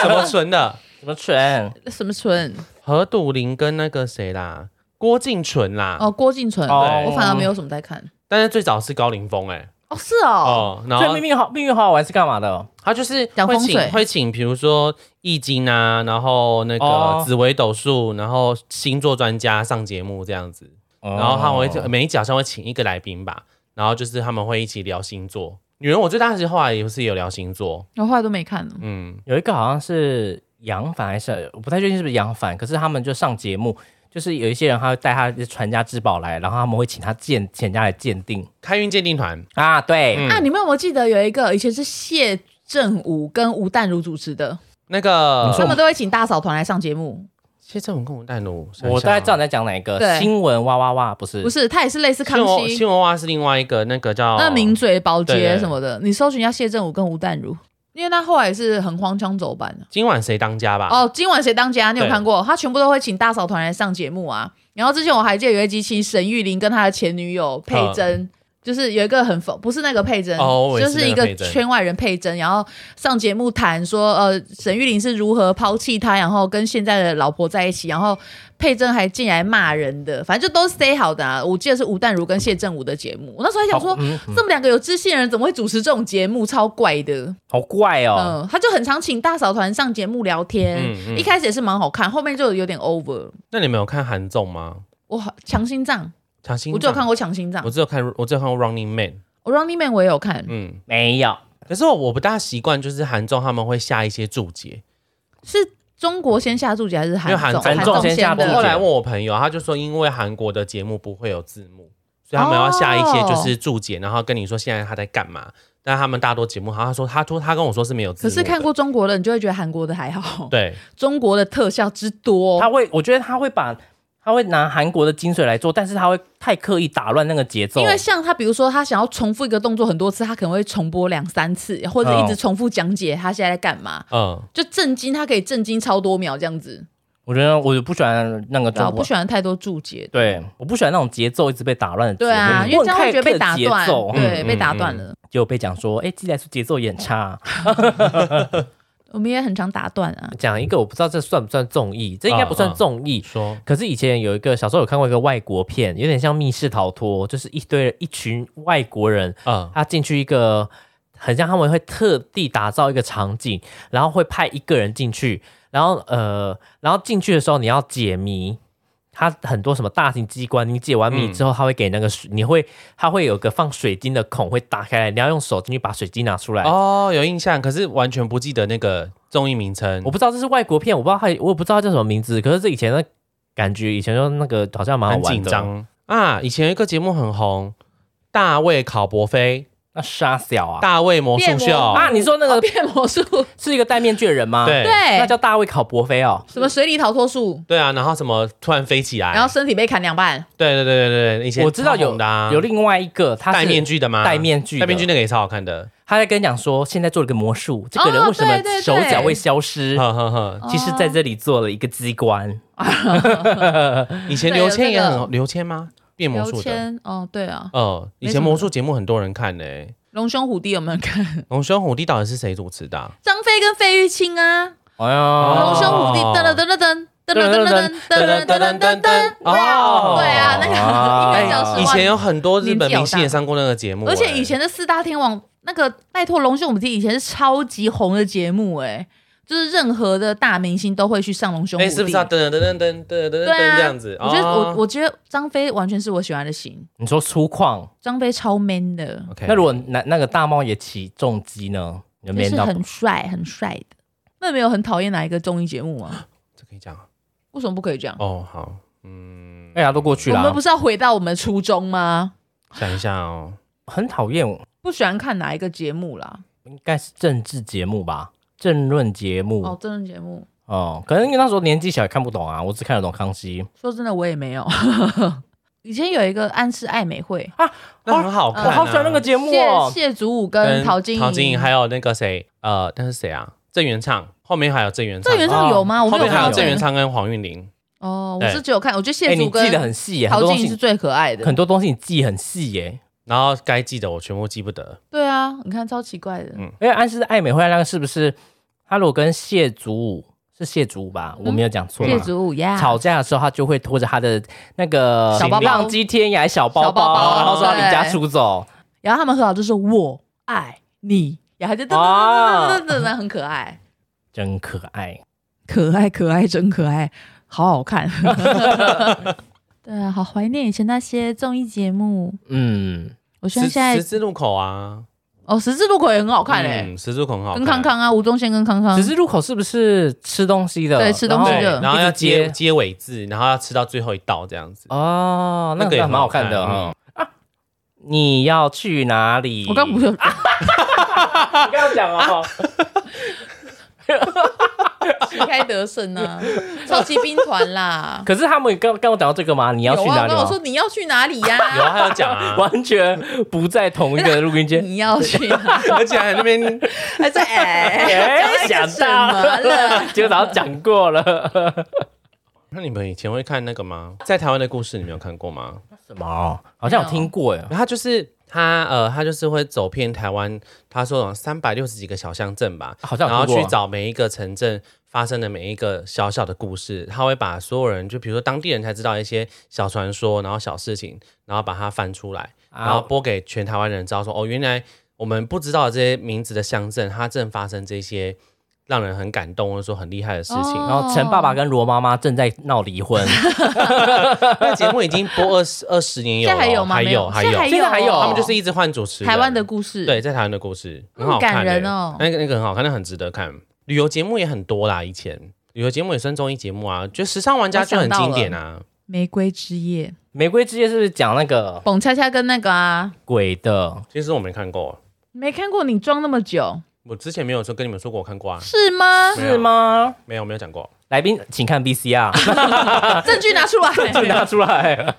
[SPEAKER 3] 什么纯的，
[SPEAKER 2] 什么蠢？
[SPEAKER 1] 什么纯？
[SPEAKER 3] 何赌林跟那个谁啦，郭敬淳啦。
[SPEAKER 1] 哦，郭敬淳，
[SPEAKER 2] 哦
[SPEAKER 1] 我反而没有什么在看。
[SPEAKER 3] 但是最早是高凌风哎、
[SPEAKER 1] 哦，是哦，
[SPEAKER 3] 哦，然
[SPEAKER 2] 所以
[SPEAKER 3] 后
[SPEAKER 2] 命运好命运好好玩是干嘛的？哦
[SPEAKER 3] 他就是
[SPEAKER 1] 讲
[SPEAKER 3] 会
[SPEAKER 1] 风水
[SPEAKER 3] 请会请，比如说易经啊，然后那
[SPEAKER 2] 哦
[SPEAKER 3] 个紫微斗数，然后星座专家上节目这样子，
[SPEAKER 1] 哦
[SPEAKER 3] 然后他们会每一集好像会请一个来宾吧，然后就是他们会一起聊星座。女人我最大的时候后来也是有聊星座，
[SPEAKER 1] 我后来都没看了。
[SPEAKER 3] 嗯，
[SPEAKER 2] 有一个好像是杨凡还是我不太确定是不是杨凡，可是他们就上节目，就是有一些人他会带他的传家之宝来，然后他们会请他鉴请人家来鉴定
[SPEAKER 3] 开运鉴定团，
[SPEAKER 2] 啊，对，
[SPEAKER 3] 嗯
[SPEAKER 1] 啊，你们有没有记得有一个以前是谢振武跟吴淡如主持的，
[SPEAKER 3] 那个
[SPEAKER 2] 你说
[SPEAKER 1] 他们都会请大嫂团来上节目，
[SPEAKER 3] 谢振文跟吴淡如，
[SPEAKER 2] 我大概知道
[SPEAKER 3] 啊
[SPEAKER 2] 你在讲哪一个
[SPEAKER 1] 对
[SPEAKER 2] 新闻哇哇哇，不是
[SPEAKER 1] 不是？他也是类似
[SPEAKER 3] 新
[SPEAKER 1] 康
[SPEAKER 3] 闻
[SPEAKER 1] 熙
[SPEAKER 3] 新闻蛙是哦另外一个那个叫
[SPEAKER 1] 那名嘴保
[SPEAKER 3] 对对
[SPEAKER 1] 洁
[SPEAKER 3] 对
[SPEAKER 1] 什么的，你搜寻一下谢振武跟吴淡如，因为他后来也是很荒腔走板的。啊
[SPEAKER 3] 今晚谁当家吧？
[SPEAKER 1] 哦，今晚谁当家？你有
[SPEAKER 3] 对
[SPEAKER 1] 看过？他全部都会请大嫂团来上节目啊。然后之前我还记得有一集，请沈玉琳跟她的前女
[SPEAKER 3] 嗯
[SPEAKER 1] 友佩珍，就是有一个很疯，不是那个佩珍，
[SPEAKER 3] 哦我以为
[SPEAKER 1] 就是是一
[SPEAKER 3] 那个
[SPEAKER 1] 个
[SPEAKER 3] 佩珍
[SPEAKER 1] 圈外人佩珍，然后上节目谈说，呃，沈玉琳是如何抛弃他，然后跟现在的老婆在一起，然后佩珍还进来骂人的，反正就都是 say 好的啊。我记得是吴淡如跟谢振武的节目，我那时候还想说，
[SPEAKER 3] 嗯
[SPEAKER 1] 这么两个有知性的人怎么会主持这种节目，超怪的。
[SPEAKER 2] 好怪哦，
[SPEAKER 1] 嗯，他就很常请大嫂团上节目聊天，
[SPEAKER 3] 嗯嗯
[SPEAKER 1] 一开始也是蛮好看，后面就有点 over。
[SPEAKER 3] 那你们有看韩综吗？
[SPEAKER 1] 我好强心脏，
[SPEAKER 3] 强心，
[SPEAKER 1] 我就有看，过强心脏
[SPEAKER 3] 我。只有看，我只有看过 Running Man，
[SPEAKER 1] 我 Running Man 我也有看，
[SPEAKER 3] 嗯。
[SPEAKER 2] 没有
[SPEAKER 3] 可是我我不大习惯，就是韩综他们会下一些注解，
[SPEAKER 1] 是中国先下注解还是
[SPEAKER 3] 因为韩
[SPEAKER 1] 韩总？
[SPEAKER 3] 韩
[SPEAKER 2] 总
[SPEAKER 1] 总
[SPEAKER 2] 先下
[SPEAKER 1] 先
[SPEAKER 2] 注
[SPEAKER 3] 我
[SPEAKER 2] 解
[SPEAKER 1] 的
[SPEAKER 3] 后来问我朋友，他就说因为韩国的节目不会有字幕，所以
[SPEAKER 1] 哦
[SPEAKER 3] 他们要下一些就是注解，然后跟你说现在他在干嘛。但他们大多节目，他说他说他跟我说是没有字幕
[SPEAKER 1] 可
[SPEAKER 3] 的，
[SPEAKER 1] 是看过中国的，你就会觉得韩国的还好，
[SPEAKER 3] 对，
[SPEAKER 1] 中国的特效之多
[SPEAKER 2] 他。会，我觉得他会把他会拿韩国的精髓来做，但是他会太刻意打乱那个节奏，
[SPEAKER 1] 因为像他，比如说他想要重复一个动作很多次，他可能会重播两三次，或者一直
[SPEAKER 2] 哦
[SPEAKER 1] 重复讲解他现在在干嘛。
[SPEAKER 3] 嗯，
[SPEAKER 1] 就震惊，他可以震惊超多秒这样子。
[SPEAKER 2] 我觉得我不喜欢那个
[SPEAKER 1] 对啊
[SPEAKER 2] 中
[SPEAKER 1] 我不
[SPEAKER 2] 国。
[SPEAKER 1] 喜欢太多注解
[SPEAKER 2] 对，我不喜欢那种节奏一直被打乱的节奏。
[SPEAKER 1] 对啊，因为这样会觉得被打
[SPEAKER 2] 我很
[SPEAKER 1] 断
[SPEAKER 2] 看课的，节奏
[SPEAKER 1] 对，
[SPEAKER 3] 嗯
[SPEAKER 1] 被
[SPEAKER 3] 嗯
[SPEAKER 1] 打
[SPEAKER 3] 嗯
[SPEAKER 1] 断了。
[SPEAKER 2] 就被讲说，哎，季来说节奏也很差。
[SPEAKER 1] 我们也很常打断啊。
[SPEAKER 2] 讲一个，我不知道这算不算综艺，这应该不算综艺。
[SPEAKER 3] 说
[SPEAKER 2] 可是以前有一个小时候有看过一个外国片，有点像密室逃脱，就是一堆人一群外国人，
[SPEAKER 3] 嗯
[SPEAKER 2] 他进去一个很像他们会特地打造一个场景，然后会派一个人进去，然后呃，然后进去的时候你要解谜。它很多什么大型机关，你解完谜之后，它会给那个水，你会它会有个放水晶的孔会打开来，你要用手进去把水晶拿出来。
[SPEAKER 3] 哦有印象，可是完全不记得那个综艺名称
[SPEAKER 2] 我，不知道这是外国片，我不知道它，我也不知道它叫什么名字。可是这以前的感觉，以前就那个好像蛮好
[SPEAKER 3] 很
[SPEAKER 2] 玩的。
[SPEAKER 3] 紧张啊。以前有一个节目很红，大卫考伯菲，
[SPEAKER 2] 那傻小啊！
[SPEAKER 3] 大卫魔术
[SPEAKER 1] 变
[SPEAKER 3] 秀
[SPEAKER 1] 魔，
[SPEAKER 2] 啊，你说那个
[SPEAKER 1] 变魔术，
[SPEAKER 2] 是一个戴面具的人吗？，
[SPEAKER 3] 对
[SPEAKER 1] 对
[SPEAKER 2] 那，叫大卫考伯菲哦。
[SPEAKER 1] 什么水里逃脱术，
[SPEAKER 3] 对啊，然后什么突然飞起来，
[SPEAKER 1] 然后身体被砍两半，
[SPEAKER 3] 对对对对对，以前
[SPEAKER 2] 我知道
[SPEAKER 3] 超
[SPEAKER 2] 有
[SPEAKER 3] 红的、啊、
[SPEAKER 2] 有另外一个，他是
[SPEAKER 3] 戴面具的吗？
[SPEAKER 2] 戴面具的
[SPEAKER 3] 啊戴面具那个也超好看的，
[SPEAKER 2] 他在跟你讲说，现在做了个魔术，这个人为什么
[SPEAKER 1] 哦对对对
[SPEAKER 2] 手脚会消失？
[SPEAKER 3] 呵呵呵。
[SPEAKER 2] 其实在这里做了一个机关，
[SPEAKER 3] 以前
[SPEAKER 1] 哦对
[SPEAKER 3] 刘
[SPEAKER 1] 有这
[SPEAKER 3] 谦也
[SPEAKER 1] 个
[SPEAKER 3] 很刘谦吗？变魔
[SPEAKER 1] 标
[SPEAKER 3] 术的，
[SPEAKER 1] 签哦，对啊，
[SPEAKER 3] 呃，以前魔术节目很多人看呢、
[SPEAKER 1] 龙兄虎弟有没有看？
[SPEAKER 3] 龙兄虎弟到底是谁主持的啊、
[SPEAKER 1] 张飞跟费玉清啊，
[SPEAKER 2] 哎呀，
[SPEAKER 1] 龙兄
[SPEAKER 3] 哦
[SPEAKER 1] 虎弟，噔噔噔噔噔，噔噔噔噔噔噔噔噔噔，
[SPEAKER 3] 哦
[SPEAKER 1] 对啊，那个音乐教室
[SPEAKER 3] 以
[SPEAKER 1] 哇
[SPEAKER 3] 前有很多日
[SPEAKER 1] 年
[SPEAKER 3] 本
[SPEAKER 1] 纪有
[SPEAKER 3] 明星也上过那个节目、
[SPEAKER 1] 而且
[SPEAKER 3] 哎
[SPEAKER 1] 以前的四大天王，那个拜托龙兄虎弟以前是超级红的节目、哎，就是任何的大明星都会去上龙兄虎
[SPEAKER 3] 哎、
[SPEAKER 1] 弟。
[SPEAKER 3] 是不是要噔噔噔噔噔噔噔噔
[SPEAKER 1] 对啊，
[SPEAKER 3] 这样子？
[SPEAKER 1] 我觉得我
[SPEAKER 3] 哦
[SPEAKER 1] 我觉得张飞完全是我喜欢的型，
[SPEAKER 2] 你说粗犷，
[SPEAKER 1] 张飞超 man 的，
[SPEAKER 3] OK，
[SPEAKER 2] 那如果那那个大猫也起重机呢？有
[SPEAKER 1] 就
[SPEAKER 2] 没有
[SPEAKER 1] 是
[SPEAKER 2] 到？
[SPEAKER 1] 很帅很帅的。那没有很讨厌哪一个综艺节目吗？
[SPEAKER 3] 这可以讲啊
[SPEAKER 1] 为什么不可以这样？
[SPEAKER 3] 哦，好，嗯，
[SPEAKER 2] 哎呀，都过去
[SPEAKER 1] 我
[SPEAKER 2] 了
[SPEAKER 1] 们
[SPEAKER 2] 啊
[SPEAKER 1] 不，是要回到我们初衷吗？
[SPEAKER 3] 想一下 哦，
[SPEAKER 2] 很讨厌，
[SPEAKER 1] 不喜欢看哪一个节目啦？
[SPEAKER 2] 应该是政治节目吧，政论节
[SPEAKER 1] 哦
[SPEAKER 2] 目，
[SPEAKER 1] 真人节目，
[SPEAKER 2] 哦，可能因为那时候年纪小也看不懂啊，我只看得懂康熙
[SPEAKER 1] 说真的我也没有。 以前有一个暗示爱美会，
[SPEAKER 3] 那很好
[SPEAKER 2] 哦我
[SPEAKER 3] 看、啊
[SPEAKER 2] 好喜欢那个节目
[SPEAKER 1] 谢
[SPEAKER 2] 哦，
[SPEAKER 1] 谢祖武跟陶晶莹，
[SPEAKER 3] 陶晶莹还有那个谁，呃，那是谁啊？郑元畅，后面还有郑元畅，
[SPEAKER 1] 郑元畅有吗？我
[SPEAKER 3] 后
[SPEAKER 1] 没有
[SPEAKER 3] 面还
[SPEAKER 1] 看
[SPEAKER 3] 有
[SPEAKER 1] 到
[SPEAKER 3] 郑
[SPEAKER 1] 郑
[SPEAKER 3] 元。畅跟黄韵玲，
[SPEAKER 1] 哦，我
[SPEAKER 3] 对
[SPEAKER 1] 是只有看，我觉得谢
[SPEAKER 2] 哎，
[SPEAKER 1] 祖
[SPEAKER 2] 你记得
[SPEAKER 1] 跟
[SPEAKER 2] 很细耶，很
[SPEAKER 1] 陶
[SPEAKER 2] 多
[SPEAKER 1] 晶
[SPEAKER 2] 东
[SPEAKER 1] 莹是
[SPEAKER 2] 西，
[SPEAKER 1] 最可爱的
[SPEAKER 2] 很。多东西你记很细耶。
[SPEAKER 3] 然后该记得我全部记不得。
[SPEAKER 1] 对啊，你看超奇怪的。
[SPEAKER 3] 嗯
[SPEAKER 2] 因为哎安室爱美惠那个是不是？他如果跟谢祖武是谢祖武吧，我没有讲错
[SPEAKER 1] 嗯谢
[SPEAKER 2] 嘛。
[SPEAKER 1] 祖武啊呀，
[SPEAKER 2] 吵架的时候，他就会拖着他的那个
[SPEAKER 1] 小包包
[SPEAKER 2] 浪迹天涯小包
[SPEAKER 1] 小包包
[SPEAKER 2] 然后说要离家
[SPEAKER 1] 对
[SPEAKER 2] 出走。
[SPEAKER 1] 然后他们和好就是我爱你，然后就噔噔噔噔噔噔噔，很可爱，
[SPEAKER 2] 真可爱。
[SPEAKER 1] 可爱可爱真可爱，好好看。 对啊，好怀念以前那些综艺节目。
[SPEAKER 2] 嗯，
[SPEAKER 1] 我希
[SPEAKER 3] 十
[SPEAKER 1] 望现
[SPEAKER 3] 十
[SPEAKER 1] 在
[SPEAKER 3] 字路口啊，
[SPEAKER 1] 哦，十字路口也很好看嘞，
[SPEAKER 3] 嗯，十字路口很好看，
[SPEAKER 1] 跟康康啊，吴宗宪跟康康
[SPEAKER 2] 十，字路口是不是吃东西的？
[SPEAKER 1] 对吃东西
[SPEAKER 3] 对，
[SPEAKER 1] 的
[SPEAKER 3] 然后要
[SPEAKER 2] 一直接
[SPEAKER 3] 接接尾字，然后要吃到最后一道这样 子。
[SPEAKER 2] 哦，那
[SPEAKER 3] 那个
[SPEAKER 2] 个
[SPEAKER 3] 也
[SPEAKER 2] 蛮好看的
[SPEAKER 3] 很好嗯
[SPEAKER 2] 哈。啊你要去哪里？
[SPEAKER 1] 我刚不是有啊
[SPEAKER 2] 不要讲哦。
[SPEAKER 1] 旗开得胜啊，超级兵团啦。
[SPEAKER 2] 可是他们刚刚我讲到这个吗？你要去
[SPEAKER 1] 有啊，
[SPEAKER 2] 哪
[SPEAKER 1] 我
[SPEAKER 2] 里哦
[SPEAKER 1] 跟我
[SPEAKER 2] 吗？
[SPEAKER 1] 说你要去哪里呀、
[SPEAKER 3] 有啊，他有讲 啊，
[SPEAKER 2] 完全不在同一个录音间。
[SPEAKER 1] 你要去 哪？
[SPEAKER 3] 而且还那边
[SPEAKER 1] 还在哎
[SPEAKER 2] 哎，
[SPEAKER 1] 讲
[SPEAKER 2] 想
[SPEAKER 1] 那个
[SPEAKER 2] 到
[SPEAKER 1] 什么了？，
[SPEAKER 2] 结果早上讲过了。
[SPEAKER 3] 那你们以前会看那个吗？在台湾的故事，你们有看过吗？
[SPEAKER 2] 什么？好像有听过哎。
[SPEAKER 3] 然后他就是他呃，他就是会走遍台湾，他说三百六十几个小乡镇吧，
[SPEAKER 2] 啊好像有
[SPEAKER 3] 然后
[SPEAKER 2] 听过
[SPEAKER 3] 去找每一个城镇发生的每一个小小的故事，他会把所有人，就比如说当地人才知道一些小传说，然后小事情，然后把它翻出来，
[SPEAKER 2] 啊
[SPEAKER 3] 然后播给全台湾人知道说，哦，原来我们不知道的这些名字的乡镇，它正发生这些让人很感动或者说很厉害的事情。
[SPEAKER 1] 哦
[SPEAKER 2] 然后陈爸爸跟罗妈妈正在闹离 婚，
[SPEAKER 3] 那节目已经播二十二十年有
[SPEAKER 1] 现在
[SPEAKER 3] 了，
[SPEAKER 1] 还有吗？
[SPEAKER 3] 还
[SPEAKER 1] 没
[SPEAKER 3] 有，还
[SPEAKER 1] 现在还
[SPEAKER 2] 现在还有
[SPEAKER 1] 哦
[SPEAKER 3] 他们就是一直换主持人。
[SPEAKER 1] 台湾的故事。
[SPEAKER 3] 对，在台湾的故事
[SPEAKER 1] 嗯
[SPEAKER 3] 很好看、欸，
[SPEAKER 1] 感人哦
[SPEAKER 3] 那个那个很好看，那个很值得看。旅游节目也很多啦，以前旅游节目也算综艺节目啊，就时尚玩家就很经典啊。
[SPEAKER 1] 玫瑰之夜，
[SPEAKER 2] 玫瑰之夜》是不是讲那个
[SPEAKER 1] 蹦恰恰跟那个啊，
[SPEAKER 2] 鬼的？
[SPEAKER 3] 其实我没看过，
[SPEAKER 1] 没看过你装那么久
[SPEAKER 3] 我之前没有说跟你们说过我看过啊，
[SPEAKER 1] 是 吗？
[SPEAKER 3] 没有
[SPEAKER 2] 是吗？
[SPEAKER 3] 没有没有讲过。
[SPEAKER 2] 来宾，请看 VCR，
[SPEAKER 1] 证据拿出 来，
[SPEAKER 2] 就 拿出来。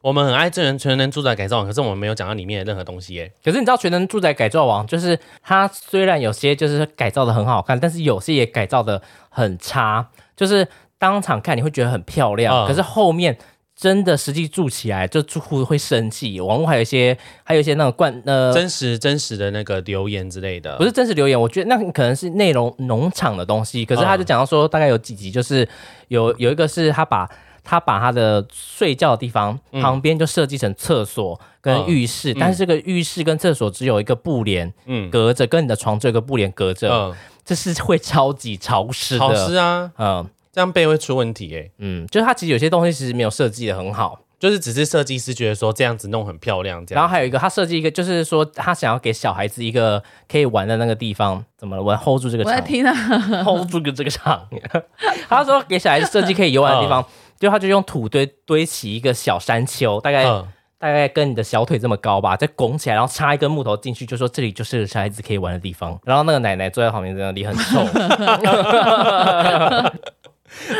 [SPEAKER 3] 我们很爱真人全能住宅改造，可是我们没有讲到里面的任何东西耶、
[SPEAKER 2] 可是你知道，全能住宅改造王就是它虽然有些就是改造的很好看，但是有些也改造的很差。就是当场看你会觉得很漂亮，
[SPEAKER 3] 嗯
[SPEAKER 2] 可是后面真的实际住起来，就住户会生气。网络还有一些，还有一些那种灌呃
[SPEAKER 3] 真实真实的那个留言之类的，嗯
[SPEAKER 2] 不是真实留言，我觉得那可能是内容农场的东西。可是他就讲到说，大概有几集，就是有有一个是他把他把他的睡觉的地方、旁边就设计成厕所跟浴室，但是这个浴室跟厕所只有一个布帘
[SPEAKER 3] 嗯
[SPEAKER 2] 隔着，跟你的床只有一个布帘隔着，
[SPEAKER 3] 嗯，
[SPEAKER 2] 这是会超级潮湿
[SPEAKER 3] 好
[SPEAKER 2] 哦的。
[SPEAKER 3] 吃啊，
[SPEAKER 2] 嗯
[SPEAKER 3] 这样背会出问题耶、
[SPEAKER 2] 嗯，就是它其实有些东西其实没有设计的很好，
[SPEAKER 3] 就是只是设计师觉得说这样子弄很漂亮，这
[SPEAKER 2] 然
[SPEAKER 3] 样
[SPEAKER 2] 后还有一个他设计一个，就是说他想要给小孩子一个可以玩的那个地方，怎么了？我要 hold 住这个
[SPEAKER 1] 我
[SPEAKER 2] 场
[SPEAKER 1] 在
[SPEAKER 2] 面。
[SPEAKER 1] 听啊，
[SPEAKER 2] hold 住这个场。 他说给小孩子设计可以游玩的地
[SPEAKER 3] 嗯
[SPEAKER 2] 方，就他就用土堆堆起一个小山丘，大概、
[SPEAKER 3] 嗯
[SPEAKER 2] 大概跟你的小腿这么高吧，再拱起来，然后插一根木头进去，就说这里就是小孩子可以玩的地方。然后那个奶奶坐在旁边，真的脸很臭。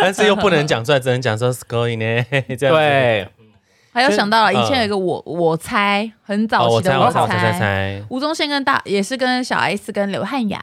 [SPEAKER 3] 但是又不能讲出来，只能讲说 s c o r y 呢， 嘿 嘿这样子。
[SPEAKER 2] 对，
[SPEAKER 1] 还有想到了啊
[SPEAKER 3] 嗯
[SPEAKER 1] 以前有一个我我猜，很早
[SPEAKER 3] 哦，我
[SPEAKER 1] 期的
[SPEAKER 3] 猜，我猜，
[SPEAKER 1] 猜，
[SPEAKER 3] 我猜，猜猜，
[SPEAKER 1] 吴宗宪跟大也是跟小 S 跟刘汉雅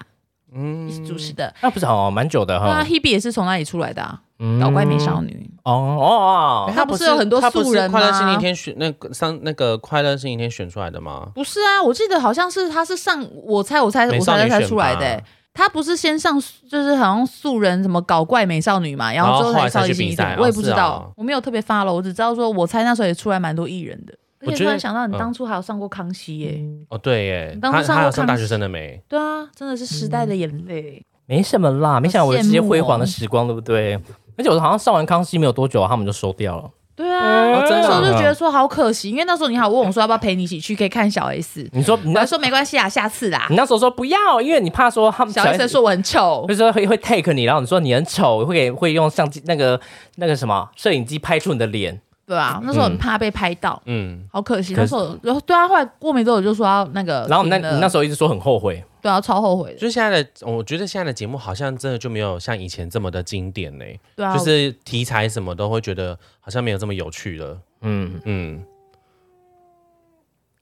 [SPEAKER 3] 嗯
[SPEAKER 1] 一起主持的，
[SPEAKER 2] 那不是哦，蛮久的
[SPEAKER 1] 那
[SPEAKER 2] 哈。
[SPEAKER 1] Hebe 也是从那里出来的啊，
[SPEAKER 2] 嗯
[SPEAKER 1] 搞怪美少女。
[SPEAKER 2] 哦哦，哦
[SPEAKER 1] 他不是有很多
[SPEAKER 3] 他不
[SPEAKER 1] 素
[SPEAKER 3] 是
[SPEAKER 1] 人
[SPEAKER 3] 快乐
[SPEAKER 1] 吗
[SPEAKER 3] 星期天选那个上那个快乐星期天选出来的吗？
[SPEAKER 1] 不是啊，我记得好像是他是上我猜我猜
[SPEAKER 3] 美
[SPEAKER 1] 我
[SPEAKER 3] 少
[SPEAKER 1] 猜
[SPEAKER 3] 女
[SPEAKER 1] 猜猜
[SPEAKER 3] 选
[SPEAKER 1] 出来的、
[SPEAKER 3] 拔
[SPEAKER 1] 欸他不是先上就是好像素人什么搞怪美少女嘛，然
[SPEAKER 3] 后
[SPEAKER 1] 后之后
[SPEAKER 3] 后来才
[SPEAKER 1] 超级
[SPEAKER 3] 去
[SPEAKER 1] 星
[SPEAKER 3] 比
[SPEAKER 1] 一
[SPEAKER 3] 赛
[SPEAKER 1] 点，我也
[SPEAKER 3] 哦
[SPEAKER 1] 不
[SPEAKER 3] 是
[SPEAKER 1] 知
[SPEAKER 3] 哦
[SPEAKER 1] 道，我没有特别 follow，我只知道说我猜那时候也出来蛮多艺人的。而
[SPEAKER 3] 我
[SPEAKER 1] 且
[SPEAKER 3] 觉
[SPEAKER 1] 突然
[SPEAKER 3] 得
[SPEAKER 1] 想到，你
[SPEAKER 3] 嗯
[SPEAKER 1] 当初还有上过康熙耶、
[SPEAKER 2] 嗯
[SPEAKER 3] 哦，对耶，
[SPEAKER 1] 当初
[SPEAKER 3] 他
[SPEAKER 1] 上
[SPEAKER 3] 他
[SPEAKER 1] 过
[SPEAKER 3] 有上
[SPEAKER 1] 康
[SPEAKER 3] 大学
[SPEAKER 1] 熙
[SPEAKER 3] 生了没？
[SPEAKER 1] 对啊，真的是时代
[SPEAKER 2] 嗯
[SPEAKER 1] 的眼泪。
[SPEAKER 2] 没什么啦，没想到我有
[SPEAKER 1] 羡
[SPEAKER 2] 这些
[SPEAKER 1] 慕
[SPEAKER 2] 辉煌的
[SPEAKER 1] 哦
[SPEAKER 2] 时光，对不对？而且我好像上完康熙没有多久，他们就收掉了。
[SPEAKER 1] 对啊，
[SPEAKER 2] 哦
[SPEAKER 1] 我
[SPEAKER 2] 真
[SPEAKER 1] 那
[SPEAKER 2] 的
[SPEAKER 1] 时
[SPEAKER 2] 啊
[SPEAKER 1] 候就觉得说好可惜，因为那时候你还有问我说要不要陪你一起去，可以看小 S，
[SPEAKER 2] 你说你
[SPEAKER 1] 我
[SPEAKER 2] 那
[SPEAKER 1] 还说没关系啊，下次啦
[SPEAKER 2] 你。那时候说不要，因为你怕说他们
[SPEAKER 1] 小 S 说我很丑
[SPEAKER 2] 就，是说会会 take 你，然后你说你很丑，会给会用相机那个那个什么摄影机拍出你的脸，
[SPEAKER 1] 对啊，那时候很怕被拍到，
[SPEAKER 3] 嗯，
[SPEAKER 1] 好可惜。
[SPEAKER 2] 可
[SPEAKER 1] 那
[SPEAKER 2] 是
[SPEAKER 1] 时候，然后对啊，后来过没多久就说要那
[SPEAKER 3] 哦
[SPEAKER 1] 个停了，
[SPEAKER 2] 然后你那你那时候一直说很后悔，
[SPEAKER 1] 对啊，超后悔的，
[SPEAKER 3] 就现在的，我觉得现在的节目好像真的就没有像以前这么的经典嘞，
[SPEAKER 1] 对啊，
[SPEAKER 3] 就是题材什么都会觉得好像没有这么有趣了。
[SPEAKER 2] 嗯，
[SPEAKER 3] 嗯，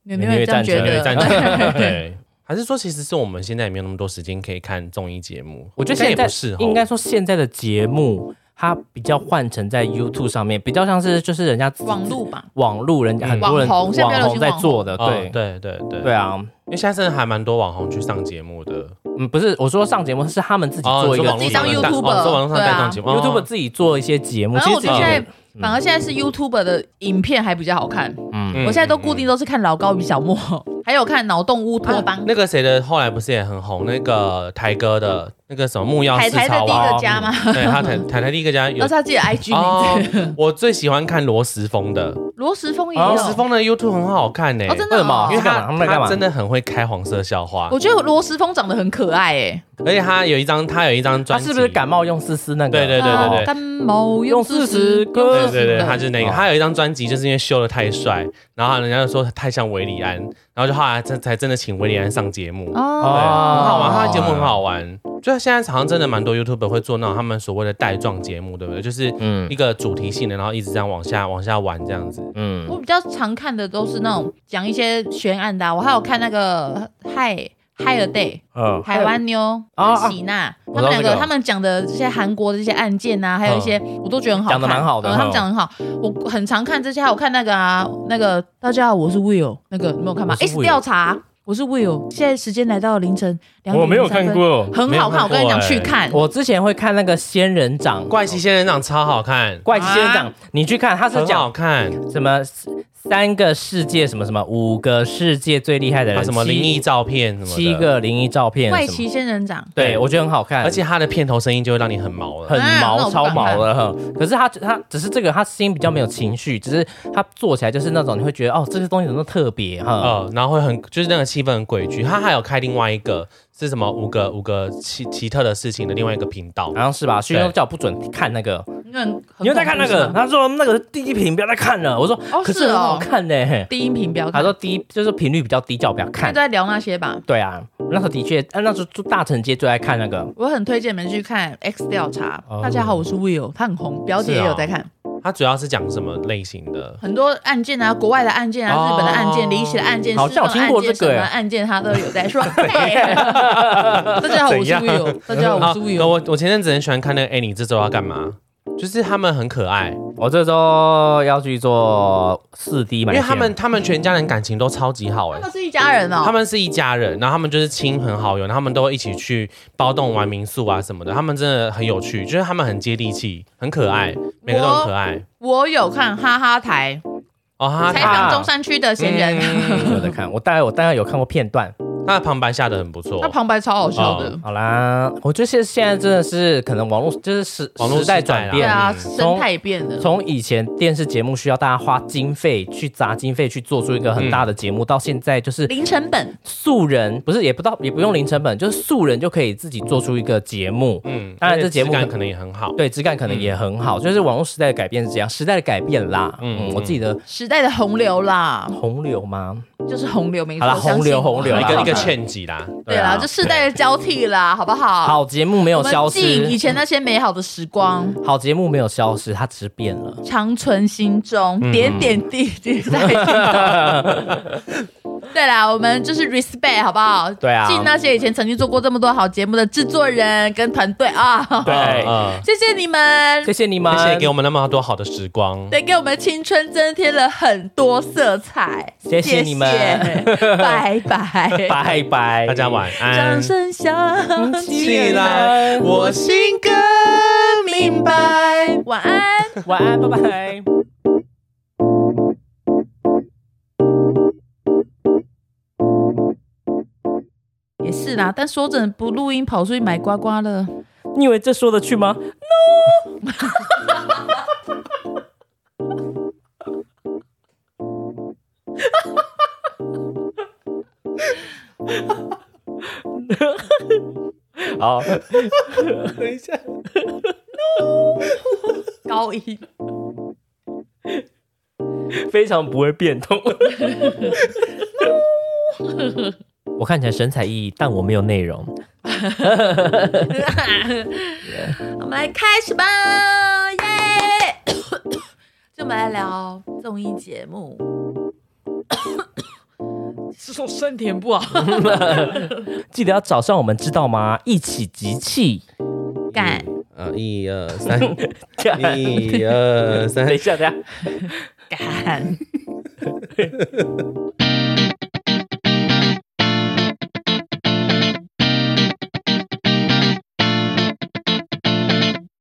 [SPEAKER 1] 你有这样觉
[SPEAKER 2] 对
[SPEAKER 3] 对，
[SPEAKER 1] 得？
[SPEAKER 3] 战争对，还是说其实是我们现在也没有那么多时间可以看综艺节目？
[SPEAKER 2] 我觉得
[SPEAKER 3] 应该
[SPEAKER 2] 现在
[SPEAKER 3] 也不是哦，
[SPEAKER 2] 应该说现在的节目它比较换成在 YouTube 上面，比较像是就是人家自
[SPEAKER 1] 网络吧，
[SPEAKER 2] 网路人很多人
[SPEAKER 1] 网红现在比较流行
[SPEAKER 2] 在
[SPEAKER 1] 网红
[SPEAKER 2] 做的，
[SPEAKER 3] 哦
[SPEAKER 2] 对
[SPEAKER 3] 对对对
[SPEAKER 2] 对，啊，
[SPEAKER 3] 因为现在真的还蛮多网红去上节目的，
[SPEAKER 2] 嗯，不是我说上节目是他们自己
[SPEAKER 3] 哦
[SPEAKER 2] 做一
[SPEAKER 3] 你
[SPEAKER 2] 个
[SPEAKER 3] 说网络
[SPEAKER 1] 自己当
[SPEAKER 3] 上
[SPEAKER 1] YouTuber
[SPEAKER 3] 哦你说网络上
[SPEAKER 1] 对啊
[SPEAKER 3] 带动节目
[SPEAKER 2] YouTube
[SPEAKER 3] 哦
[SPEAKER 2] 自己做一些节目，
[SPEAKER 1] 反
[SPEAKER 2] 其
[SPEAKER 1] 正我
[SPEAKER 2] 实自
[SPEAKER 1] 觉
[SPEAKER 2] 己
[SPEAKER 1] 得现
[SPEAKER 2] 也
[SPEAKER 1] 在，反而现在是 YouTube 的影片还比较好看。
[SPEAKER 2] 嗯，
[SPEAKER 3] 嗯
[SPEAKER 1] 我现在都固定都是看老高与小莫， 还有看脑洞乌
[SPEAKER 2] 嗯
[SPEAKER 1] 托邦，
[SPEAKER 3] 那个谁的后来不是也很红？那个台哥的那个什么木曜
[SPEAKER 1] 台
[SPEAKER 3] 四
[SPEAKER 1] 台的
[SPEAKER 3] 超
[SPEAKER 1] 第一
[SPEAKER 3] 啊，
[SPEAKER 1] 个家吗？
[SPEAKER 3] 对他台台台第一个家有
[SPEAKER 1] 那是他自己的 IG
[SPEAKER 3] 哦
[SPEAKER 1] 名字，，
[SPEAKER 3] 我最喜欢看罗时丰的，
[SPEAKER 1] 罗时丰也有。
[SPEAKER 2] 哦
[SPEAKER 3] 罗时丰的 YouTube 很好看呢、
[SPEAKER 1] 哦，真
[SPEAKER 2] 为
[SPEAKER 1] 的
[SPEAKER 2] 什么
[SPEAKER 1] 哦
[SPEAKER 3] 因为
[SPEAKER 2] 他干嘛
[SPEAKER 3] 他
[SPEAKER 2] 他们在干嘛
[SPEAKER 3] 真的很会开黄色笑话
[SPEAKER 1] 我，觉得罗时丰长得很可爱欸诶。
[SPEAKER 3] 而且他有一张他有一张
[SPEAKER 2] 他
[SPEAKER 3] 专辑，
[SPEAKER 2] 是不是感冒用丝丝那个？哦
[SPEAKER 3] 对对对对对
[SPEAKER 1] 感冒
[SPEAKER 2] 用
[SPEAKER 1] 哦用
[SPEAKER 2] 四
[SPEAKER 1] 四
[SPEAKER 2] 十
[SPEAKER 1] 十
[SPEAKER 2] 个
[SPEAKER 3] 对对对，他就是那个，
[SPEAKER 2] 哦
[SPEAKER 3] 他有一张专辑，就是因为修的太帅，然后人家就说他太像韦礼安，然后就后来真才真的请韦礼安上节目，对，
[SPEAKER 1] 哦，
[SPEAKER 3] 很好玩，他的节目很
[SPEAKER 2] 很好。
[SPEAKER 3] 好玩。就现在好像真的蛮多 YouTube 会做那种他们所谓的带状节目，对不对？就是
[SPEAKER 2] 嗯
[SPEAKER 3] 一个主题性的，然后一直这样往下往下玩这样子。
[SPEAKER 2] 嗯，
[SPEAKER 1] 我比较常看的都是那种讲一些悬案的啊，我还有看那个嗨。嗨了 day，
[SPEAKER 2] 呃
[SPEAKER 1] 台湾妞
[SPEAKER 2] 啊
[SPEAKER 1] 跟喜娜，
[SPEAKER 2] 我
[SPEAKER 1] 他
[SPEAKER 2] 知道
[SPEAKER 1] 们两
[SPEAKER 2] 这
[SPEAKER 1] 个，
[SPEAKER 2] 个嗯
[SPEAKER 1] 他们讲的这些韩国的这些案件啊，还有一些我都觉得很好看，
[SPEAKER 2] 讲得蛮好的
[SPEAKER 1] 嗯他们
[SPEAKER 2] 嗯
[SPEAKER 1] 讲得很好，我很常看这些，还有看那个啊，那个大家好，我是 Will，那个你没有看吗
[SPEAKER 2] 我是
[SPEAKER 1] ？S
[SPEAKER 2] Will
[SPEAKER 1] 调查，啊我是 Will，现在时间来到凌晨两点，，
[SPEAKER 2] 过。
[SPEAKER 1] 很好看，我跟你讲，去看，
[SPEAKER 2] 我之前会看那个仙人掌，
[SPEAKER 3] 怪奇仙人掌超好看，
[SPEAKER 2] 怪奇仙人掌，你去看，他是
[SPEAKER 3] 很好
[SPEAKER 2] 讲
[SPEAKER 3] 看，
[SPEAKER 2] 什么三个世界什么什么五个世界最厉害的
[SPEAKER 3] 啊
[SPEAKER 2] 人，
[SPEAKER 3] 什么
[SPEAKER 2] 七
[SPEAKER 3] 灵异照片什么的
[SPEAKER 2] 七，个灵异照片，
[SPEAKER 1] 怪
[SPEAKER 2] 哎什么
[SPEAKER 1] 奇仙人掌，
[SPEAKER 2] 对我觉得很好看，
[SPEAKER 3] 而且它的片头声音就会让你很毛了。
[SPEAKER 2] 很
[SPEAKER 1] 啊那
[SPEAKER 2] 毛，
[SPEAKER 1] 我不
[SPEAKER 2] 超
[SPEAKER 1] 敢
[SPEAKER 2] 毛
[SPEAKER 1] 看
[SPEAKER 2] 的。哼可是他他只是这个，他声音比较没有情绪，只是他做起来就是那种你会觉得哦，这些东西怎么那么特别哈。
[SPEAKER 3] 呃，然后会很就是那个气氛很诡谲。它还有开另外一个是什么五个五个奇奇特的事情的另外一个频道
[SPEAKER 2] 好，像是吧？所以
[SPEAKER 3] 对
[SPEAKER 2] 都叫我不准看那个，
[SPEAKER 1] 因为很
[SPEAKER 2] 你又在看那
[SPEAKER 1] 很恐怖
[SPEAKER 2] 个
[SPEAKER 1] 是？吗
[SPEAKER 2] 他说那个是第一屏，不要再看了。我说
[SPEAKER 1] 哦
[SPEAKER 2] 可是
[SPEAKER 1] 是
[SPEAKER 2] 很好
[SPEAKER 1] 哦
[SPEAKER 2] 看呢。
[SPEAKER 1] 低音频不要
[SPEAKER 2] 他
[SPEAKER 1] 看，
[SPEAKER 2] 说低就是频率比较低，叫我不要
[SPEAKER 1] 他
[SPEAKER 2] 看
[SPEAKER 1] 都。在聊那些吧。
[SPEAKER 2] 对啊，那时候的确，啊那时候就大城街最爱看那个，
[SPEAKER 1] 我很推荐你们去看《X 调查》
[SPEAKER 2] 哦啊
[SPEAKER 1] 大家好，我是 Will，他很红，表姐
[SPEAKER 3] 是哦
[SPEAKER 1] 也有在看、
[SPEAKER 3] 它主要是讲什么类型的？
[SPEAKER 1] 很多案件啊，国外的案件啊，
[SPEAKER 3] 哦
[SPEAKER 1] 日本的案件、离奇的案件，
[SPEAKER 2] 好像有听过这个
[SPEAKER 1] 失踪的案件什么案件，他都有在 说。 嘿大家好，我是 Will，大
[SPEAKER 2] 哦
[SPEAKER 1] 家好，我
[SPEAKER 3] 啊
[SPEAKER 1] 是
[SPEAKER 3] 呃
[SPEAKER 1] Will。
[SPEAKER 3] 我我前阵子很喜欢看那个，哎、你这周要干嘛？就是他们很可爱，
[SPEAKER 2] 我这周要去做四 D
[SPEAKER 3] 因
[SPEAKER 2] 买线，
[SPEAKER 3] 为他们他们全家人感情都超级好、
[SPEAKER 1] 他
[SPEAKER 3] 哎。
[SPEAKER 1] 们是一家人哦，
[SPEAKER 3] 他们是一家人，然后他们就是亲朋好友，然后他们都会一起去包栋玩民宿啊什么的。他们真的很有趣，就是他们很接地气，很可爱，每个都很可爱。
[SPEAKER 1] 我有看哈哈台
[SPEAKER 3] 哦，哈
[SPEAKER 1] 采
[SPEAKER 3] 哈，
[SPEAKER 1] 访中山区的闲人，
[SPEAKER 3] 嗯
[SPEAKER 2] 有在看，我大概我大概有看过片段。
[SPEAKER 3] 他的旁白下的很不错
[SPEAKER 1] 他。旁白超好笑的。
[SPEAKER 2] 好啦，我觉得现现在真的是可能网络就是时
[SPEAKER 3] 网络
[SPEAKER 2] 时代
[SPEAKER 3] 时代
[SPEAKER 2] 转
[SPEAKER 3] 啦
[SPEAKER 1] 对
[SPEAKER 2] 变，
[SPEAKER 1] 啊，
[SPEAKER 3] 嗯
[SPEAKER 1] 生态变了。
[SPEAKER 2] 从以前电视节目需要大家花经费去砸经费去做出一个很大的节
[SPEAKER 3] 嗯
[SPEAKER 2] 目，到现在就是
[SPEAKER 1] 零成本，
[SPEAKER 2] 素人，不是也不到也不用零成本，就是素人就可以自己做出一个节目。
[SPEAKER 3] 嗯，
[SPEAKER 2] 当然这
[SPEAKER 3] 而且
[SPEAKER 2] 节目
[SPEAKER 3] 质感
[SPEAKER 2] 很
[SPEAKER 3] 可能也很好。
[SPEAKER 2] 对，质感可能也很好，就是网络时代的改变是这样，时代的改变啦。
[SPEAKER 3] 嗯
[SPEAKER 2] 嗯，
[SPEAKER 3] 嗯
[SPEAKER 2] 我自己的
[SPEAKER 1] 时代的洪流啦，
[SPEAKER 2] 洪流吗？
[SPEAKER 1] 就是洪流，没错。
[SPEAKER 2] 好啦
[SPEAKER 1] 相信我
[SPEAKER 2] 洪流洪流啊
[SPEAKER 3] 一
[SPEAKER 2] 啦
[SPEAKER 3] 个一个欠几啦，
[SPEAKER 1] 对啦，就世代的交替啦，好不好？，
[SPEAKER 2] 好节目没有
[SPEAKER 1] 我们
[SPEAKER 2] 消
[SPEAKER 1] 敬以
[SPEAKER 2] 失，
[SPEAKER 1] 前那些美好的时光，
[SPEAKER 2] 好节目没有消失，它只是变了。
[SPEAKER 1] 嗯 长存心中，点点滴滴在。对啦，我们就是 respect 好不好？
[SPEAKER 2] 对啊
[SPEAKER 1] 敬那些以前曾经做过这么多好节目的制作人跟团队啊，
[SPEAKER 2] 对
[SPEAKER 3] 嗯，
[SPEAKER 1] 谢谢你们
[SPEAKER 2] 谢，谢你们，
[SPEAKER 3] 嗯谢谢给我们那么多好的时光。
[SPEAKER 1] 对，给我们青春增添了很多色彩，
[SPEAKER 2] 谢谢你们
[SPEAKER 1] 谢拜拜，
[SPEAKER 2] 拜拜，
[SPEAKER 3] 大家晚安
[SPEAKER 1] 掌。声响起
[SPEAKER 3] 起
[SPEAKER 1] 来，
[SPEAKER 3] 来，我心更明白。
[SPEAKER 1] 晚安。
[SPEAKER 2] 晚安，拜拜。
[SPEAKER 1] 也是啦，但说真的，不录音跑出去买刮刮乐，
[SPEAKER 2] 你以为这说得去吗？好，
[SPEAKER 3] 等一下，
[SPEAKER 1] 高音
[SPEAKER 2] 非常不会变通。我看起来神采奕奕，但我没有内容。
[SPEAKER 1] 我们来开始吧，耶！ 就我们来聊综艺节目。 是从身体啊不 好，
[SPEAKER 2] 记得要找上我们，知道吗？一起集气。
[SPEAKER 1] 干
[SPEAKER 3] 呃，一二三，
[SPEAKER 2] 等
[SPEAKER 3] 一二三
[SPEAKER 2] 一。下，等一下。
[SPEAKER 1] 干。